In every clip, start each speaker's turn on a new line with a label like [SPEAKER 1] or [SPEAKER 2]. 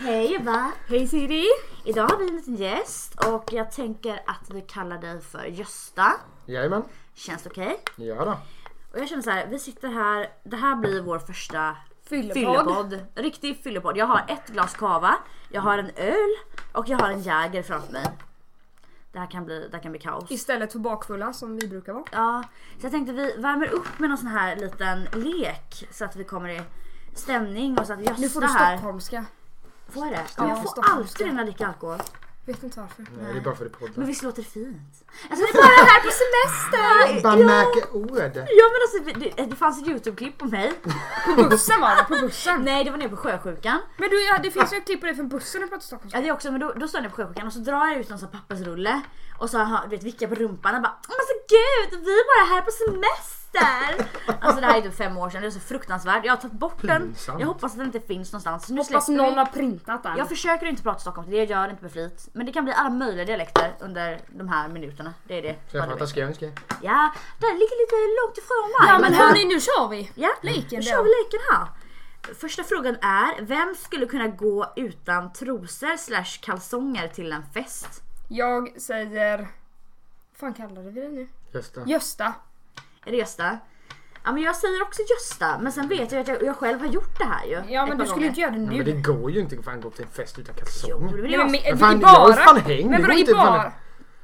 [SPEAKER 1] Eva!
[SPEAKER 2] Hej Siri! Idag har vi en liten gäst och jag tänker att vi kallar dig för Gösta.
[SPEAKER 3] Jajamän,
[SPEAKER 2] Känns det okej?
[SPEAKER 3] ja då.
[SPEAKER 2] Och jag känner så här, vi sitter här, det här blir vår första
[SPEAKER 1] Fyllepodd.
[SPEAKER 2] fyllepodd. Riktig fyllepodd. Jag har ett glas cava, jag har en öl och jag har en Jäger framför mig. Det här kan bli, det här kan bli kaos.
[SPEAKER 1] Istället för bakfulla som vi brukar vara.
[SPEAKER 2] Ja, så jag tänkte vi värmer upp med någon sån här liten lek så att vi kommer i stämning och så att Gösta
[SPEAKER 1] Nu får du
[SPEAKER 2] här...
[SPEAKER 1] stockholmska.
[SPEAKER 2] Får jag det?
[SPEAKER 1] Ja,
[SPEAKER 2] Men jag får
[SPEAKER 1] stockholmska.
[SPEAKER 2] alltid det när jag dricker alkohol.
[SPEAKER 1] Vet inte varför.
[SPEAKER 3] Nej, det är bara för det
[SPEAKER 2] Men
[SPEAKER 3] podden.
[SPEAKER 2] visst låter det fint? Alltså vi bara här på semester!
[SPEAKER 3] Bara märker ord.
[SPEAKER 2] Ja men alltså det- det, det fanns ett Youtube-klipp på mig.
[SPEAKER 1] På bussen var det, på bussen.
[SPEAKER 2] Nej det var nere på Sjösjukan.
[SPEAKER 1] Men du, ja, det finns ju ett klipp på dig från bussen och pratar stockholmska.
[SPEAKER 2] Ja det också men då, då står jag nere på Sjösjukan och så drar jag ut någon sån här pappersrulle och så har- du vet vickar på rumpan och bara "Åh, men alltså gud vi är bara här på semester! Alltså det här är typ fem år sedan, det är så fruktansvärt. Jag har tagit bort den.
[SPEAKER 3] Pinsamt.
[SPEAKER 2] Jag hoppas att den inte finns någonstans. Så nu
[SPEAKER 1] Hoppas
[SPEAKER 2] släpper vi.
[SPEAKER 1] någon har printat den.
[SPEAKER 2] Jag försöker inte prata stockholmska, det gör jag inte med flit. Men det kan bli alla möjliga dialekter under de här minuterna. Det är det.
[SPEAKER 3] Så jag pratar skånska.
[SPEAKER 2] Ja, den ligger lite långt ifrån mig.
[SPEAKER 1] Ja men hörni, nu kör vi!
[SPEAKER 2] Ja,
[SPEAKER 1] Leken
[SPEAKER 2] då
[SPEAKER 1] då.
[SPEAKER 2] kör vi leken här. Första frågan är, vem skulle kunna gå utan trosor slash kalsonger till en fest?
[SPEAKER 1] Jag säger... fan kallade vi det nu?
[SPEAKER 3] Gösta.
[SPEAKER 1] Gösta.
[SPEAKER 2] Är det Gösta? Ja men jag säger också Gösta, men sen vet jag att jag, jag själv har gjort det här ju.
[SPEAKER 1] Ja
[SPEAKER 2] ett
[SPEAKER 1] men
[SPEAKER 2] par
[SPEAKER 1] du skulle ju
[SPEAKER 2] gånger.
[SPEAKER 1] inte göra det
[SPEAKER 3] Men
[SPEAKER 1] nu.
[SPEAKER 3] det går ju inte att fan gå till en fest utan
[SPEAKER 2] Jo, det
[SPEAKER 3] kalsonger.
[SPEAKER 2] blir
[SPEAKER 1] Nej, men,
[SPEAKER 2] jag.
[SPEAKER 1] men,
[SPEAKER 3] fan,
[SPEAKER 1] i
[SPEAKER 3] jag har
[SPEAKER 1] bara...
[SPEAKER 3] fan häng,
[SPEAKER 1] Men
[SPEAKER 3] det
[SPEAKER 1] vadå
[SPEAKER 3] går
[SPEAKER 1] i
[SPEAKER 3] inte fan-
[SPEAKER 1] bara...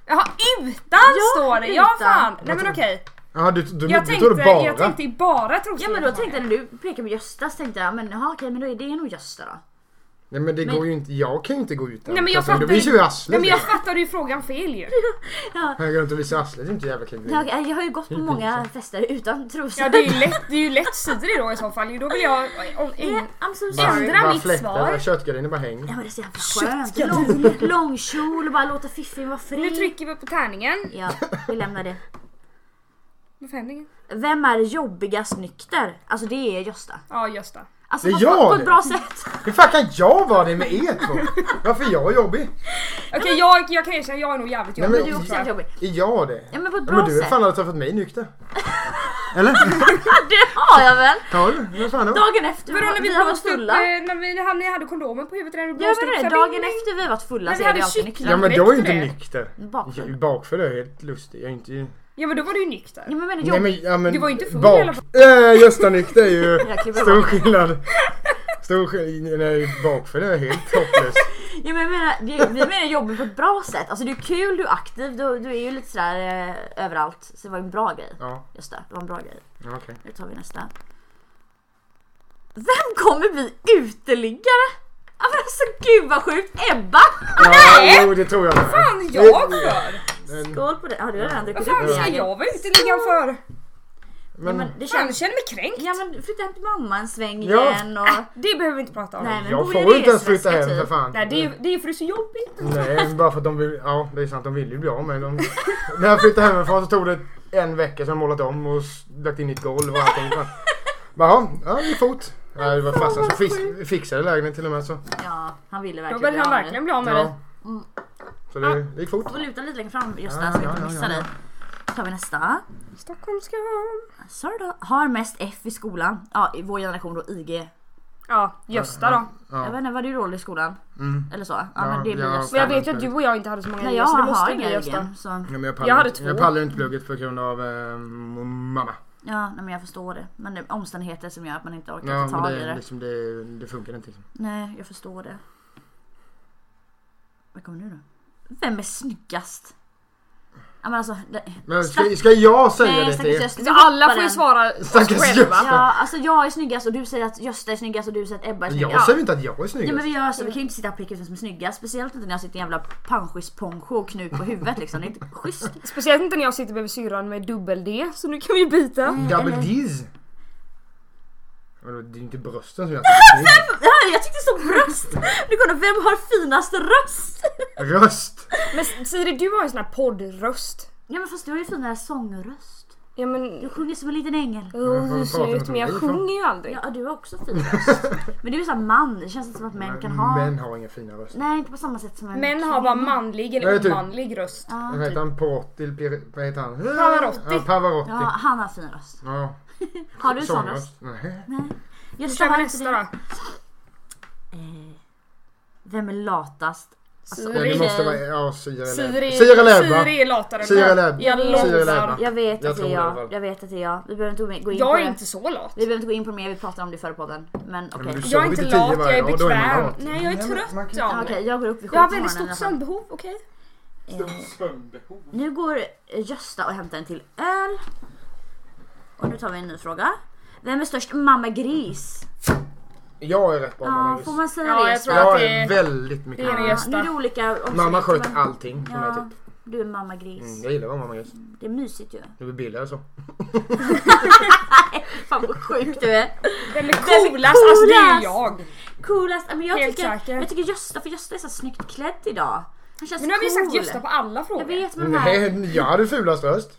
[SPEAKER 1] Jaha, utan står det! Ja
[SPEAKER 2] utan.
[SPEAKER 1] fan! Nej men okej.
[SPEAKER 3] Ja, du, du,
[SPEAKER 1] Jag,
[SPEAKER 3] du tror
[SPEAKER 1] tänkte-
[SPEAKER 3] det bara.
[SPEAKER 1] jag tänkte i bara trosor.
[SPEAKER 2] Ja men då tänkte jag när du pekade på Gösta så tänkte jag, men jaha okej men då är det nog Gösta då.
[SPEAKER 3] Nej men det går ju inte. Jag kan ju inte gå utan
[SPEAKER 1] Nej men jag
[SPEAKER 3] kalsonger.
[SPEAKER 1] fattade
[SPEAKER 3] Det visar ju
[SPEAKER 1] Nej
[SPEAKER 3] arslet.
[SPEAKER 1] men
[SPEAKER 3] Jag...
[SPEAKER 1] jag fattade ju frågan fel ju.
[SPEAKER 3] jag går runt och visar arslet. Det är inte jävla kul.
[SPEAKER 2] Nej, okej, jag har ju gått på många fester utan trosor.
[SPEAKER 1] Ja det är ju lätt, det är ju lätt sidor då i så fall. Då vill jag... Om,
[SPEAKER 2] Yeah,
[SPEAKER 1] in,
[SPEAKER 2] I'm so
[SPEAKER 3] Bara-
[SPEAKER 2] sorry.
[SPEAKER 1] Ändra
[SPEAKER 3] bara
[SPEAKER 1] mitt
[SPEAKER 3] fläktar,
[SPEAKER 1] svar.
[SPEAKER 3] bara Köttgardiner bara hänger.
[SPEAKER 2] Ja men det är så jävla skönt. Lång, långkjol och bara låta fiffin vara
[SPEAKER 1] nu
[SPEAKER 2] fri.
[SPEAKER 1] trycker vi på tärningen.
[SPEAKER 2] Ja, vi lämnar det.
[SPEAKER 1] På tärningen.
[SPEAKER 2] Vem är jobbigast nykter? Alltså det är Gösta.
[SPEAKER 1] Ja Gösta.
[SPEAKER 2] Alltså
[SPEAKER 3] Det är
[SPEAKER 2] fast på-
[SPEAKER 3] jag
[SPEAKER 2] på ett
[SPEAKER 3] det.
[SPEAKER 2] bra sätt.
[SPEAKER 3] Hur fan kan jag vara det med er två? Varför är jag jobbig?
[SPEAKER 1] Okej jag, jag kan erkänna, jag är nog jävligt
[SPEAKER 3] Nej,
[SPEAKER 1] jobbig.
[SPEAKER 3] men-
[SPEAKER 2] Du är också
[SPEAKER 1] också.
[SPEAKER 2] jävligt jobbig.
[SPEAKER 3] Är jag det?
[SPEAKER 2] Ja men på ett
[SPEAKER 3] Ja,
[SPEAKER 2] bra
[SPEAKER 3] men du är
[SPEAKER 2] sätt.
[SPEAKER 3] fan hade träffat mig nykter. Eller?
[SPEAKER 2] Det har jag väl.
[SPEAKER 3] Ja du, vad fan då?
[SPEAKER 2] Dagen efter
[SPEAKER 1] Vadå när vi
[SPEAKER 2] har varit
[SPEAKER 1] blåste upp, eh,
[SPEAKER 2] fulla.
[SPEAKER 1] när vi, när han- ni hade kondomen på huvudet när vi
[SPEAKER 2] Jag
[SPEAKER 1] blåste upp
[SPEAKER 2] menar det,
[SPEAKER 1] så här,
[SPEAKER 2] dagen
[SPEAKER 1] bing, bing.
[SPEAKER 2] efter vi har varit fulla
[SPEAKER 1] Men
[SPEAKER 2] så
[SPEAKER 1] vi
[SPEAKER 2] är det
[SPEAKER 1] hade
[SPEAKER 2] alltid
[SPEAKER 1] kyckling.
[SPEAKER 2] nykter.
[SPEAKER 3] Ja men jag är ju
[SPEAKER 1] Väckte
[SPEAKER 3] inte
[SPEAKER 1] det?
[SPEAKER 3] nykter.
[SPEAKER 2] Bakfull.
[SPEAKER 3] Jag- Bakfull är jag helt lustig. Jag är inte...
[SPEAKER 1] Ja men då var du ju nykter.
[SPEAKER 2] Ja men jag menar
[SPEAKER 3] Nej
[SPEAKER 2] jobb...
[SPEAKER 3] men, ja, men
[SPEAKER 1] Du var ju inte full
[SPEAKER 3] bak...
[SPEAKER 1] i alla
[SPEAKER 3] Äh, Gösta nykter är ju
[SPEAKER 2] Jag klipper
[SPEAKER 3] stor
[SPEAKER 2] bort.
[SPEAKER 3] skillnad. Stor skillnad. Nej, bakfull är jag helt hopplös.
[SPEAKER 2] Ja, men jag menar, det, vi menar jobbig på ett bra sätt. Alltså du är kul, du är aktiv, du, du är ju lite sådär eh, överallt. Så det var ju en bra grej.
[SPEAKER 3] Ja,
[SPEAKER 2] Just det, det var en bra grej.
[SPEAKER 3] ja, okej.
[SPEAKER 2] Nu tar vi nästa. Vem kommer bli uteliggare? Ja, men Alltså gud vad sjukt! Ebba!
[SPEAKER 3] Ja, jo det tror jag med.
[SPEAKER 1] Fan jag för?
[SPEAKER 3] Men,
[SPEAKER 2] Skål på det. Ja, du har redan druckit
[SPEAKER 1] Vad
[SPEAKER 2] upp
[SPEAKER 1] fan
[SPEAKER 2] det.
[SPEAKER 1] ska jag vara uteliggaren för?
[SPEAKER 2] Ja,
[SPEAKER 3] men,
[SPEAKER 2] men det
[SPEAKER 1] Fan jag
[SPEAKER 2] känns...
[SPEAKER 1] känner mig kränkt.
[SPEAKER 2] Ja men flytta hem till mamma en sväng
[SPEAKER 3] Ja.
[SPEAKER 2] igen och...
[SPEAKER 1] Det behöver vi inte prata om.
[SPEAKER 2] Nej men
[SPEAKER 3] jag
[SPEAKER 2] bo i
[SPEAKER 3] får inte ens
[SPEAKER 2] resväska
[SPEAKER 3] flytta hem
[SPEAKER 2] typ.
[SPEAKER 3] för fan.
[SPEAKER 1] Nej det är ju det är ju för det är så jobbigt.
[SPEAKER 3] Nej, bara för att de vill... Ja, det är sant. De vill ju bli av med dem. När jag flyttade hemifrån så tog det en vecka sen målat om och s- lagt in ett golv och allting. Fan. Bara, ja, ja, i fot. Ja, det var farsan som fix, fixade lägenheten till och med så.
[SPEAKER 2] Ja, han ville
[SPEAKER 1] Då
[SPEAKER 2] verkligen
[SPEAKER 1] vill han
[SPEAKER 2] av med
[SPEAKER 1] verkligen bli av med
[SPEAKER 3] Ja.
[SPEAKER 1] dig.
[SPEAKER 3] Så det, det gick fort.
[SPEAKER 2] det. Får luta lite längre fram just
[SPEAKER 3] Ja,
[SPEAKER 2] där så vi
[SPEAKER 3] ja,
[SPEAKER 2] inte
[SPEAKER 3] ja,
[SPEAKER 2] missar
[SPEAKER 3] ja.
[SPEAKER 2] dig. Då tar vi nästa.
[SPEAKER 1] Stockholmska.
[SPEAKER 2] Sorry då. Har mest F i skolan. Ja, i vår generation då IG.
[SPEAKER 1] Ja Gösta då.
[SPEAKER 2] Jag vet inte, var du dålig i skolan?
[SPEAKER 3] Mm.
[SPEAKER 2] Eller så? Ja,
[SPEAKER 3] Ja,
[SPEAKER 2] men det blir
[SPEAKER 3] ja.
[SPEAKER 2] just...
[SPEAKER 1] Men jag vet ju att du och jag inte hade så många
[SPEAKER 2] Nej,
[SPEAKER 1] idéer,
[SPEAKER 2] jag
[SPEAKER 1] så det måste
[SPEAKER 2] har
[SPEAKER 1] bli
[SPEAKER 2] inga
[SPEAKER 1] Gösta.
[SPEAKER 2] IG. Så...
[SPEAKER 3] Ja, men jag,
[SPEAKER 1] Jag
[SPEAKER 3] pallar,
[SPEAKER 1] hade
[SPEAKER 3] inte-
[SPEAKER 1] två.
[SPEAKER 3] jag pallar inte plugget på grund av eh, m- mamma.
[SPEAKER 2] Ja, nej, men jag förstår det. Men det är omständigheter som gör att man inte orkar
[SPEAKER 3] Ja,
[SPEAKER 2] ta
[SPEAKER 3] men
[SPEAKER 2] tag i
[SPEAKER 3] det,
[SPEAKER 2] det.
[SPEAKER 3] liksom, det, det funkar inte. Liksom.
[SPEAKER 2] Nej, jag förstår det. Vad kommer nu då? Vem är snyggast? Ja men alltså... Det...
[SPEAKER 3] Men ska, ska jag säga det till
[SPEAKER 2] stackars
[SPEAKER 3] er?
[SPEAKER 2] Gösta.
[SPEAKER 1] Så
[SPEAKER 2] vi
[SPEAKER 1] Alltså, alla
[SPEAKER 2] hoppar
[SPEAKER 1] får ju
[SPEAKER 2] den.
[SPEAKER 1] svara oss
[SPEAKER 3] Stackars
[SPEAKER 1] själva.
[SPEAKER 3] Gösta.
[SPEAKER 2] Ja, alltså jag är snyggast och du säger att Gösta är snyggast och du säger att Ebba är
[SPEAKER 3] Jag
[SPEAKER 2] snyggast.
[SPEAKER 3] säger inte att jag är
[SPEAKER 2] Ja men
[SPEAKER 3] snyggast.
[SPEAKER 2] vi gör så, vi kan ju inte sitta och peka ut vem som är snyggast. Speciellt inte när jag sitter i en jävla panschis-poncho och knut på huvudet liksom. Det är inte schysst.
[SPEAKER 1] Speciellt inte när jag sitter bredvid syrran med dubbel-D, så nu kan vi
[SPEAKER 2] Mm.
[SPEAKER 1] byta.
[SPEAKER 3] Double
[SPEAKER 2] eller-
[SPEAKER 3] D's. Vadå, Det är ju inte brösten som jag tycker är snygg.
[SPEAKER 2] Ja, Jag tyckte som röst! Nu kollar vem har finast röst?
[SPEAKER 3] Röst!
[SPEAKER 1] Men Siri, du har ju sån här poddröst.
[SPEAKER 2] Ja men fast du har ju finare sångröst.
[SPEAKER 1] Ja men...
[SPEAKER 2] Du sjunger som en liten ängel.
[SPEAKER 1] Oh,
[SPEAKER 3] pratar
[SPEAKER 1] du ser ut,
[SPEAKER 3] inte
[SPEAKER 1] men
[SPEAKER 3] med
[SPEAKER 1] jag
[SPEAKER 3] dig,
[SPEAKER 1] sjunger ju aldrig.
[SPEAKER 2] Ja du har också fin röst. Men du är ju såhär man, det känns inte som att män kan ha...
[SPEAKER 3] Män har inga fina röster.
[SPEAKER 2] Nej inte på samma sätt som en
[SPEAKER 1] Män har bara manlig
[SPEAKER 3] Nej,
[SPEAKER 1] eller
[SPEAKER 3] typ.
[SPEAKER 1] omanlig röst.
[SPEAKER 2] Mm. Ja.
[SPEAKER 3] Vad heter han? Portil? Pir- Vad heter han?
[SPEAKER 1] Pavarotti.
[SPEAKER 3] Ja, Pavarotti.
[SPEAKER 2] Ja, han har fin röst.
[SPEAKER 3] Ja.
[SPEAKER 2] Har du en sån röst?
[SPEAKER 3] Nej.
[SPEAKER 2] Nej.
[SPEAKER 1] Nu
[SPEAKER 2] Gösta har
[SPEAKER 3] Alltså,
[SPEAKER 1] kör vi
[SPEAKER 2] inte det.
[SPEAKER 1] nästa då.
[SPEAKER 2] Eh, Vem är latast? Alltså,
[SPEAKER 3] Ja,
[SPEAKER 1] Siri.
[SPEAKER 3] det måste
[SPEAKER 2] okej.
[SPEAKER 3] vara ja, Siri eller
[SPEAKER 1] Siri,
[SPEAKER 3] Ebba. Siri eller Ebba.
[SPEAKER 1] Siri är latare.
[SPEAKER 3] Siri eller Ebba.
[SPEAKER 1] Jag
[SPEAKER 3] Siri eller
[SPEAKER 1] lovar.
[SPEAKER 3] Ebba.
[SPEAKER 2] Jag vet
[SPEAKER 3] Jag
[SPEAKER 2] att det
[SPEAKER 3] tror
[SPEAKER 2] är
[SPEAKER 3] det i alla fall.
[SPEAKER 2] jag. Jag vet att det är jag. Vi behöver inte gå in på
[SPEAKER 1] Jag är
[SPEAKER 2] det.
[SPEAKER 1] inte så lat.
[SPEAKER 2] Vi behöver inte gå in på det mer, vi pratar om det i förra podden. Men okej.
[SPEAKER 3] men du-
[SPEAKER 1] Jag är
[SPEAKER 3] Sover
[SPEAKER 1] inte
[SPEAKER 3] till tio
[SPEAKER 1] lat, jag
[SPEAKER 3] varje
[SPEAKER 1] är
[SPEAKER 3] dag, då är man
[SPEAKER 1] bekväm.
[SPEAKER 3] lat.
[SPEAKER 1] Nej, jag är
[SPEAKER 3] Nej, men man
[SPEAKER 1] trött
[SPEAKER 3] kan-
[SPEAKER 1] av
[SPEAKER 2] Ja,
[SPEAKER 1] mig.
[SPEAKER 2] Okej, jag går upp vid sju
[SPEAKER 1] Jag har
[SPEAKER 2] på
[SPEAKER 1] väldigt
[SPEAKER 2] morgonen i
[SPEAKER 1] stort
[SPEAKER 2] alla fall.
[SPEAKER 1] sömnbehov, okej?
[SPEAKER 3] Sömnbehov.
[SPEAKER 2] Nu går Gösta och hämtar en till öl. Och nu tar vi en ny fråga. Vem är störst mamma gris?
[SPEAKER 3] Jag är rätt bra
[SPEAKER 2] Ja,
[SPEAKER 3] mamma
[SPEAKER 2] får man säga
[SPEAKER 1] Ja,
[SPEAKER 2] det?
[SPEAKER 1] jag
[SPEAKER 2] Gösta?
[SPEAKER 1] tror att
[SPEAKER 3] Jag
[SPEAKER 1] det
[SPEAKER 3] är
[SPEAKER 1] är-
[SPEAKER 3] väldigt mycket
[SPEAKER 1] det
[SPEAKER 2] Ja,
[SPEAKER 1] är det
[SPEAKER 3] mamma.
[SPEAKER 1] Gösta.
[SPEAKER 2] Nu är det olika också,
[SPEAKER 3] Mamma
[SPEAKER 2] men-
[SPEAKER 3] sköt allting för mig
[SPEAKER 2] Ja,
[SPEAKER 3] typ.
[SPEAKER 2] du är mamma gris.
[SPEAKER 3] Mm, Jag gillar att vara mamma gris.
[SPEAKER 2] Det är mysigt ju.
[SPEAKER 3] Det blir billigare så.
[SPEAKER 2] Fan vad sjuk du är.
[SPEAKER 1] Den är coolast, alltså det
[SPEAKER 2] coolast?
[SPEAKER 1] är ju jag.
[SPEAKER 2] Coolast. Men jag,
[SPEAKER 1] Helt
[SPEAKER 2] tycker,
[SPEAKER 1] säker.
[SPEAKER 2] jag tycker Gösta, för Gösta är så snyggt klädd idag. Han känns
[SPEAKER 1] Men nu har vi
[SPEAKER 2] cool.
[SPEAKER 1] sagt Gösta på alla
[SPEAKER 2] Jag
[SPEAKER 1] frågor.
[SPEAKER 2] vet men
[SPEAKER 3] Mm,
[SPEAKER 2] de här,
[SPEAKER 3] Nej, jag hade fulast röst.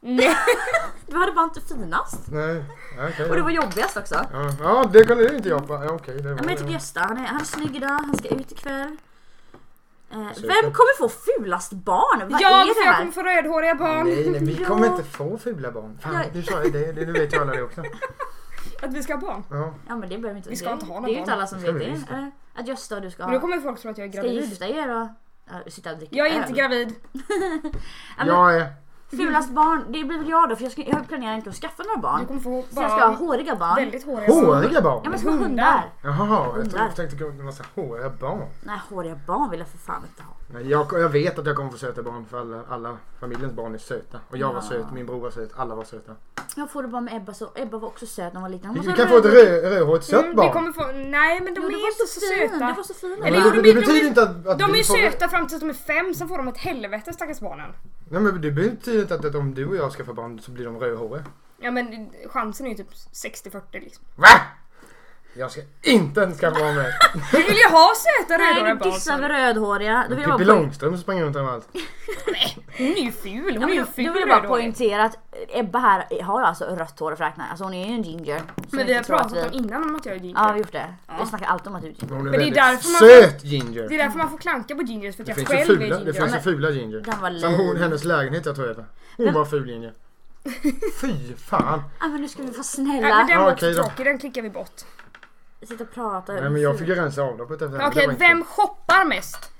[SPEAKER 1] Nej.
[SPEAKER 2] du hade bara inte finast.
[SPEAKER 3] Nej, okej.
[SPEAKER 2] Och det var jobbigast också.
[SPEAKER 3] Ja, ja, det kollade inte jag på. Ja, okej, det var
[SPEAKER 2] Men jag tycker
[SPEAKER 3] det.
[SPEAKER 2] Gösta, han är, han är snygg idag, han ska ut ikväll. Eh,
[SPEAKER 3] Säkert.
[SPEAKER 2] vem kommer få fulast barn? Vad
[SPEAKER 1] Jag,
[SPEAKER 2] är
[SPEAKER 1] för
[SPEAKER 2] det
[SPEAKER 1] jag
[SPEAKER 2] här?
[SPEAKER 1] kommer få rödhåriga
[SPEAKER 3] Nej,
[SPEAKER 1] barn.
[SPEAKER 3] nej, vi
[SPEAKER 2] Ja.
[SPEAKER 3] kommer inte få fula barn. Fan,
[SPEAKER 2] Ja.
[SPEAKER 3] du sa ju det. det. Nu vet ju alla det också.
[SPEAKER 1] Att vi ska ha barn.
[SPEAKER 3] Ja.
[SPEAKER 2] Ja men det behöver vi inte.
[SPEAKER 1] Vi ska
[SPEAKER 2] det,
[SPEAKER 1] inte ha någon
[SPEAKER 2] Det är ju inte
[SPEAKER 1] barn.
[SPEAKER 2] alla som
[SPEAKER 3] Ska
[SPEAKER 2] vet
[SPEAKER 3] vi
[SPEAKER 2] det.
[SPEAKER 3] visst.
[SPEAKER 2] eller? Att Gösta och du ska
[SPEAKER 1] Men då
[SPEAKER 2] ha.
[SPEAKER 1] kommer folk tro att jag är
[SPEAKER 2] Ska
[SPEAKER 1] gravid.
[SPEAKER 2] gifta er och ja, sitta och dricka
[SPEAKER 1] Jag är
[SPEAKER 2] öl.
[SPEAKER 1] inte gravid.
[SPEAKER 2] Ja, men,
[SPEAKER 3] Jag är...
[SPEAKER 2] Fulast barn, det blir väl jag då för jag, ska, jag planerar inte att skaffa några
[SPEAKER 1] Du
[SPEAKER 2] barn.
[SPEAKER 1] kommer få
[SPEAKER 2] Så jag ska ha
[SPEAKER 1] bara
[SPEAKER 2] håriga barn.
[SPEAKER 1] väldigt håriga barn.
[SPEAKER 3] Håriga barn?
[SPEAKER 2] Ja men små hundar.
[SPEAKER 1] Hundar.
[SPEAKER 3] Jaha, jag
[SPEAKER 2] Hundar.
[SPEAKER 3] trodde- jag tänkte på en massa håriga barn.
[SPEAKER 2] Nej håriga barn vill jag för fan inte ha.
[SPEAKER 3] Nej, jag, jag vet att jag kommer få söta barn för alla, alla familjens barn är söta. Och jag var
[SPEAKER 2] Ja.
[SPEAKER 3] söt, min bror var söt, alla var söta.
[SPEAKER 2] Jag får det bara med Ebba så. Ebba var också söt när hon var liten. Hon
[SPEAKER 3] Vi,
[SPEAKER 2] var så
[SPEAKER 3] vi kan få ett
[SPEAKER 2] röd.
[SPEAKER 3] rö- rödhårigt
[SPEAKER 1] Mm,
[SPEAKER 3] sött
[SPEAKER 1] vi
[SPEAKER 3] barn.
[SPEAKER 1] kommer få, nej men de
[SPEAKER 2] Jo, du
[SPEAKER 1] är
[SPEAKER 2] var
[SPEAKER 1] inte
[SPEAKER 2] så
[SPEAKER 1] så
[SPEAKER 2] fin, Du var
[SPEAKER 1] söta.
[SPEAKER 2] så fin. Ebba.
[SPEAKER 1] Eller jo,
[SPEAKER 3] Men
[SPEAKER 1] de
[SPEAKER 3] det
[SPEAKER 1] är- de
[SPEAKER 3] betyder
[SPEAKER 1] är-
[SPEAKER 3] inte att, att
[SPEAKER 1] De är
[SPEAKER 3] vi
[SPEAKER 1] ju
[SPEAKER 3] får...
[SPEAKER 1] söta fram tills de är fem, sen får de ett helvete stackars barnen.
[SPEAKER 3] Nej men det betyder inte att, att om du och jag skaffar barn så blir de rödhåriga.
[SPEAKER 1] Ja men chansen är ju typ 60-40 liksom.
[SPEAKER 3] Va? Jag ska inte skaffa barn med.
[SPEAKER 1] Vi vill ju ha söta rödhåriga
[SPEAKER 2] Nej du
[SPEAKER 1] barn.
[SPEAKER 2] dissar
[SPEAKER 1] så-
[SPEAKER 2] väl rödhåriga. Då vill jag bara
[SPEAKER 3] Pippi
[SPEAKER 2] poäng-
[SPEAKER 3] Långstrump springer runt överallt.
[SPEAKER 1] Hon är ju ful,
[SPEAKER 2] Ja,
[SPEAKER 1] hon är
[SPEAKER 2] men
[SPEAKER 1] ju
[SPEAKER 2] då,
[SPEAKER 1] ful
[SPEAKER 2] då vill jag bara
[SPEAKER 1] rödhårig.
[SPEAKER 2] poängtera att Ebba här har alltså rött hår och fräknar. Alltså hon är ju en ginger. Så
[SPEAKER 1] Men
[SPEAKER 2] jag
[SPEAKER 1] vi har
[SPEAKER 2] tror att
[SPEAKER 1] pratat om innan om att jag är ginger.
[SPEAKER 2] Ja vi har gjort det.
[SPEAKER 1] Ja.
[SPEAKER 2] Vi snackar alltid om att du är ginger.
[SPEAKER 3] Hon är
[SPEAKER 1] det är
[SPEAKER 3] väldigt
[SPEAKER 1] därför man-
[SPEAKER 3] söt ginger.
[SPEAKER 1] Det är därför man får klanka på gingers för att
[SPEAKER 3] Det
[SPEAKER 1] jag
[SPEAKER 3] finns
[SPEAKER 1] själv
[SPEAKER 3] ju fula,
[SPEAKER 1] är
[SPEAKER 3] det
[SPEAKER 1] ginger.
[SPEAKER 3] finns ju fula ginger.
[SPEAKER 2] Den var
[SPEAKER 3] Som hon,
[SPEAKER 2] lila.
[SPEAKER 3] hennes lägenhet jag tror jag heter. Hon var ful ginger. Fy fan.
[SPEAKER 2] Ah, men nu ska vi vara
[SPEAKER 1] Nej, men
[SPEAKER 2] snälla.
[SPEAKER 1] den var
[SPEAKER 3] Ja,
[SPEAKER 1] också
[SPEAKER 3] okej då.
[SPEAKER 1] tråkig, den klickar vi bort.
[SPEAKER 2] Sitta och prata.
[SPEAKER 3] Nej men jag fick ju rensa avloppet efter henne.
[SPEAKER 1] Okej,
[SPEAKER 3] Det var inte-
[SPEAKER 1] vem shoppar mest?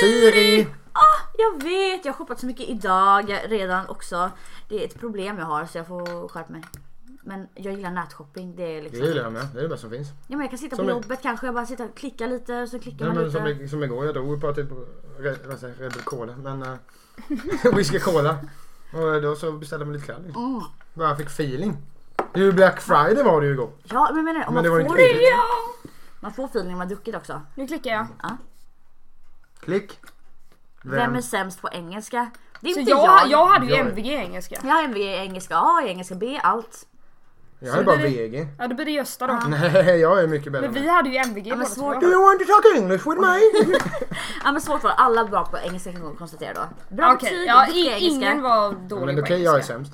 [SPEAKER 3] Siri!
[SPEAKER 2] Ah, Jag vet, jag har shoppat så mycket idag jag- redan också. Det är ett problem jag har så jag får skärpa mig. Men jag gillar nätshopping. Det är
[SPEAKER 3] Det
[SPEAKER 2] liksom...
[SPEAKER 3] gillar jag med. Det är det bästa som finns.
[SPEAKER 2] Ja, men jag kan sitta
[SPEAKER 3] Som
[SPEAKER 2] på
[SPEAKER 3] är-
[SPEAKER 2] jobbet kanske. Jag bara sitta och klicka lite och så klickar
[SPEAKER 3] Nej,
[SPEAKER 2] man
[SPEAKER 3] men
[SPEAKER 2] lite.
[SPEAKER 3] som, i- som igår, jag drog på typ Red, vad säger jag, Red Bull Cola. Men... eh, whisky Cola. Och eh, då så beställde man lite kall.
[SPEAKER 2] Mm.
[SPEAKER 3] Bara fick feeling. Det är ju Black Friday var det ju igår.
[SPEAKER 2] Ja men jag menar, om
[SPEAKER 3] Men
[SPEAKER 2] man,
[SPEAKER 3] det var
[SPEAKER 2] får,
[SPEAKER 3] inte kul.
[SPEAKER 1] Ja!
[SPEAKER 2] man får feeling när man har druckit också.
[SPEAKER 1] Nu klickar jag.
[SPEAKER 3] Klick. Vem?
[SPEAKER 2] Vem är sämst på engelska? Det är
[SPEAKER 1] Så
[SPEAKER 2] inte
[SPEAKER 1] jag,
[SPEAKER 2] jag.
[SPEAKER 1] jag hade ju
[SPEAKER 3] Jag är-
[SPEAKER 1] MVG i engelska.
[SPEAKER 2] Jag har MVG i engelska A, i engelska B, allt.
[SPEAKER 3] Jag är bara
[SPEAKER 1] Så det-
[SPEAKER 3] VG.
[SPEAKER 1] Ja, då blir det Gösta då.
[SPEAKER 3] Nej, jag är mycket bättre.
[SPEAKER 1] Men
[SPEAKER 3] än
[SPEAKER 1] vi
[SPEAKER 3] dig.
[SPEAKER 1] hade ju MVG
[SPEAKER 2] men
[SPEAKER 1] båda
[SPEAKER 2] svårt-
[SPEAKER 3] Do
[SPEAKER 1] två.
[SPEAKER 3] you want to talk English with me?
[SPEAKER 2] Ja men svårt var det. alla bra på engelska kan man konstatera då. Bra
[SPEAKER 1] Okej,
[SPEAKER 2] betyg,
[SPEAKER 1] ja,
[SPEAKER 2] duktiga
[SPEAKER 1] i,
[SPEAKER 2] engelska.
[SPEAKER 1] ingen var
[SPEAKER 3] Men
[SPEAKER 1] dålig
[SPEAKER 3] okej, jag
[SPEAKER 1] på
[SPEAKER 3] är
[SPEAKER 1] engelska.
[SPEAKER 3] sämst.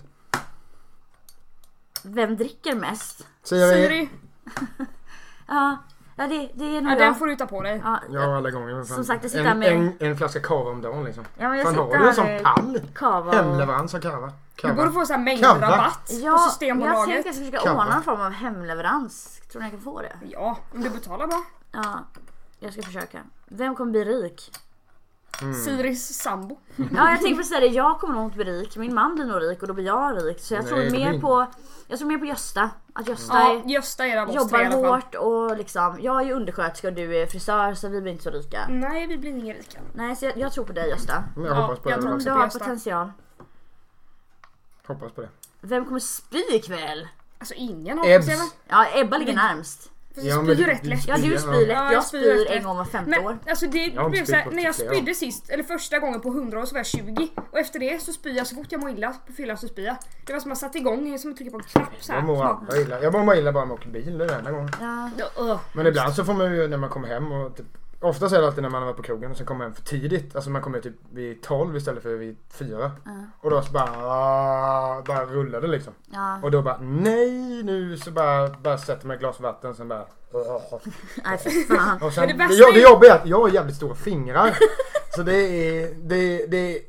[SPEAKER 2] Vem dricker mest?
[SPEAKER 3] Siri.
[SPEAKER 1] Siri,
[SPEAKER 2] Ja, ja det, det är nog
[SPEAKER 1] ja,
[SPEAKER 2] jag.
[SPEAKER 1] den får du ta på dig.
[SPEAKER 2] ja,
[SPEAKER 3] Ja, alla gånger. men fan.
[SPEAKER 2] Som sagt, jag sitter här
[SPEAKER 3] en,
[SPEAKER 2] med-
[SPEAKER 3] en, en flaska kava om dagen liksom.
[SPEAKER 2] ja, men jag
[SPEAKER 3] Fan,
[SPEAKER 2] sitter
[SPEAKER 3] har du en
[SPEAKER 2] här
[SPEAKER 3] sån
[SPEAKER 2] med
[SPEAKER 3] pall?
[SPEAKER 2] Kava och...
[SPEAKER 3] Hemleverans av kava.
[SPEAKER 1] Du borde
[SPEAKER 3] kava.
[SPEAKER 1] få så här
[SPEAKER 3] Kava.
[SPEAKER 1] mängdrabatt på
[SPEAKER 2] Ja, men jag
[SPEAKER 1] Systembolaget.
[SPEAKER 2] tänker att jag ska
[SPEAKER 3] Kava.
[SPEAKER 2] försöka ordna en form av hemleverans. Tror ni jag kan få det?
[SPEAKER 1] Ja, om du betalar bra.
[SPEAKER 2] Ja, jag ska försöka. Vem kommer bli rik?
[SPEAKER 3] Mm.
[SPEAKER 1] Siris sambo.
[SPEAKER 2] Ja jag tänkte precis säga det, jag kommer nog inte bli rik, min man blir nog rik och då blir jag rik. Så jag
[SPEAKER 3] Nej,
[SPEAKER 2] tror
[SPEAKER 3] det blir
[SPEAKER 2] mer
[SPEAKER 3] inte.
[SPEAKER 2] på, jag tror mer på Gösta. Att Gösta
[SPEAKER 1] Ja,
[SPEAKER 2] är,
[SPEAKER 1] Gösta är där av oss tre i alla
[SPEAKER 2] jobbar
[SPEAKER 1] fall.
[SPEAKER 2] hårt och liksom, jag är ju undersköterska och du är frisör så vi blir inte så rika.
[SPEAKER 1] Nej, vi blir inga rika.
[SPEAKER 2] Nej så jag, jag tror på dig Gösta.
[SPEAKER 3] Men jag
[SPEAKER 1] Ja,
[SPEAKER 3] hoppas på
[SPEAKER 1] jag
[SPEAKER 3] det.
[SPEAKER 1] tror
[SPEAKER 3] också.
[SPEAKER 2] Du
[SPEAKER 1] på
[SPEAKER 2] har
[SPEAKER 1] Gösta.
[SPEAKER 2] potential.
[SPEAKER 3] Hoppas på det.
[SPEAKER 2] Vem kommer spy ikväll?
[SPEAKER 1] Alltså ingen hoppas jag väl.
[SPEAKER 3] Ebbs.
[SPEAKER 2] Ja Ebba ligger närmst.
[SPEAKER 1] För
[SPEAKER 3] Ja,
[SPEAKER 1] jag
[SPEAKER 3] men
[SPEAKER 1] spyr ju
[SPEAKER 3] du-
[SPEAKER 1] rätt lätt.
[SPEAKER 2] Ja du
[SPEAKER 3] Ja.
[SPEAKER 2] spyr
[SPEAKER 1] Ja,
[SPEAKER 2] lätt,
[SPEAKER 1] jag
[SPEAKER 2] jag
[SPEAKER 1] spyr
[SPEAKER 2] spyr
[SPEAKER 1] rätt
[SPEAKER 2] en
[SPEAKER 1] lätt.
[SPEAKER 2] gång var femte
[SPEAKER 1] Men
[SPEAKER 2] år.
[SPEAKER 1] alltså det
[SPEAKER 3] har inte
[SPEAKER 1] blev
[SPEAKER 3] spytt
[SPEAKER 1] såhär,
[SPEAKER 3] på
[SPEAKER 1] när jag
[SPEAKER 3] 10 år.
[SPEAKER 1] spydde sist, eller första gången på 100 år så var jag 20 och efter det så spyr jag så fort jag mår illa på fyllan så spyr jag. Det var som att man satte igång, som att trycka på en knapp
[SPEAKER 3] Jag
[SPEAKER 1] såhär.
[SPEAKER 3] mår alla illa. Jag mår illa bara när jag åker bil. Det är det enda gången.
[SPEAKER 2] Ja.
[SPEAKER 1] uh.
[SPEAKER 3] Men ibland så får man ju när man kommer hem och typ, Oftast är det alltid när man har varit på krogen och sen kommer man hem för tidigt. Alltså man kommer typ vid 12 istället för vid 4. Och då så bara, bara rullar det liksom.
[SPEAKER 2] Ja,
[SPEAKER 3] Och då bara nej nu så bara, bara sätter man ett glas vatten sen bara.
[SPEAKER 2] nej fy fan.
[SPEAKER 3] Och
[SPEAKER 1] Men
[SPEAKER 3] sen,
[SPEAKER 1] det
[SPEAKER 3] det,
[SPEAKER 1] värsta
[SPEAKER 3] jo-
[SPEAKER 1] är
[SPEAKER 3] det
[SPEAKER 1] ju-
[SPEAKER 3] jobbiga är att jag har jävligt stora fingrar. så det är, det, det,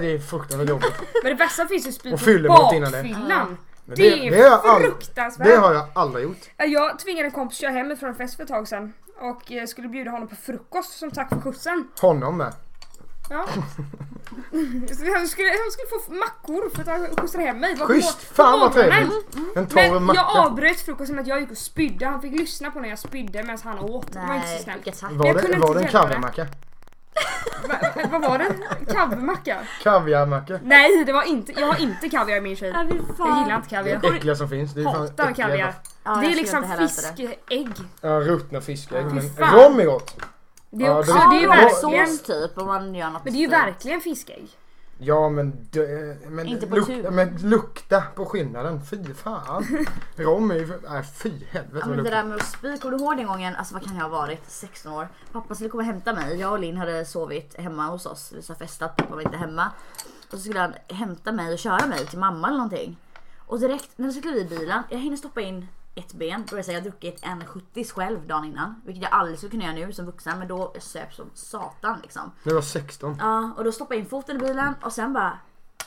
[SPEAKER 3] det är fruktansvärt jobbigt.
[SPEAKER 1] Men det värsta finns ju spy
[SPEAKER 3] Och
[SPEAKER 1] på
[SPEAKER 3] fyller mot innan det.
[SPEAKER 1] bakfyllan.
[SPEAKER 3] Men
[SPEAKER 1] Det
[SPEAKER 3] det, det, har jag
[SPEAKER 1] är
[SPEAKER 3] aldrig,
[SPEAKER 1] fruktansvärt.
[SPEAKER 3] det har jag aldrig gjort.
[SPEAKER 1] Ja, Jag tvingade en kompis köra hem från en fest för ett tag sedan och eh, skulle bjuda honom på frukost som tack för skjutsen.
[SPEAKER 3] Honom med.
[SPEAKER 1] Ja. Så han, skulle, han skulle få mackor för att han skjutsade hem mig. Det var på-
[SPEAKER 3] Schysst!
[SPEAKER 1] på
[SPEAKER 3] Fan vad
[SPEAKER 1] morgonen.
[SPEAKER 3] trevligt! En torr
[SPEAKER 1] Men jag
[SPEAKER 3] macka.
[SPEAKER 1] avbröt frukosten med att jag gick och spydde. Han fick lyssna på när jag spydde medan han åt. Det var inte så
[SPEAKER 2] Nej,
[SPEAKER 1] snällt.
[SPEAKER 2] vilket eh, tack.
[SPEAKER 1] jag
[SPEAKER 3] Var det,
[SPEAKER 1] kunde
[SPEAKER 3] var
[SPEAKER 1] inte
[SPEAKER 3] det en
[SPEAKER 1] hjälpa det.
[SPEAKER 3] kaviarmacka?
[SPEAKER 1] Va- Vad var det? Kaviarmacka?
[SPEAKER 3] Kaviarmacka.
[SPEAKER 1] Nej, det var inte. Jag har inte kaviar i min tjej.
[SPEAKER 2] Ja, fy Äh, fan.
[SPEAKER 1] Jag gillar inte kaviar.
[SPEAKER 3] Det äckliga som finns. Det är fan
[SPEAKER 1] Hatar
[SPEAKER 3] äckliga
[SPEAKER 1] kaviar.
[SPEAKER 2] Ja, jag
[SPEAKER 1] Det är
[SPEAKER 2] skulle
[SPEAKER 1] liksom
[SPEAKER 2] inte heller äta det.
[SPEAKER 1] fiskägg.
[SPEAKER 3] Ja, ruttna fiskar. Men
[SPEAKER 1] fan.
[SPEAKER 3] rom är gott.
[SPEAKER 1] Det
[SPEAKER 3] Ja,
[SPEAKER 1] är också,
[SPEAKER 3] det-
[SPEAKER 1] Alltså,
[SPEAKER 2] Ja,
[SPEAKER 1] det är ju
[SPEAKER 3] det-
[SPEAKER 1] verkligen,
[SPEAKER 2] sås typ om man gör något
[SPEAKER 1] men det är ju
[SPEAKER 2] med-
[SPEAKER 1] verkligen fiskägg.
[SPEAKER 3] Ja men, dö, men,
[SPEAKER 2] Inte på tur.
[SPEAKER 3] men lukta på skillnaden. Fy fan. rom är ju... Nej fy helvete
[SPEAKER 2] Ja,
[SPEAKER 3] vad
[SPEAKER 2] men det där
[SPEAKER 3] luktar.
[SPEAKER 2] med att spy, kommer du ihåg den gången, alltså vad kan jag ha varit, 16 år? Pappa skulle komma och hämta mig, jag och Linn hade sovit hemma hos oss, vi så här festat, pappa var inte hemma. Och så skulle han hämta mig och köra mig till mamma eller någonting. Och direkt när vi skulle i bilen, jag hinner stoppa in ett ben, då vill säga jag har druckit en 70 själv dagen innan. Vilket jag aldrig skulle kunna göra nu som vuxen, men då jag söp som satan liksom.
[SPEAKER 3] Nu var jag 16.
[SPEAKER 2] Ja, och då stoppade jag in foten i bilen och sen bara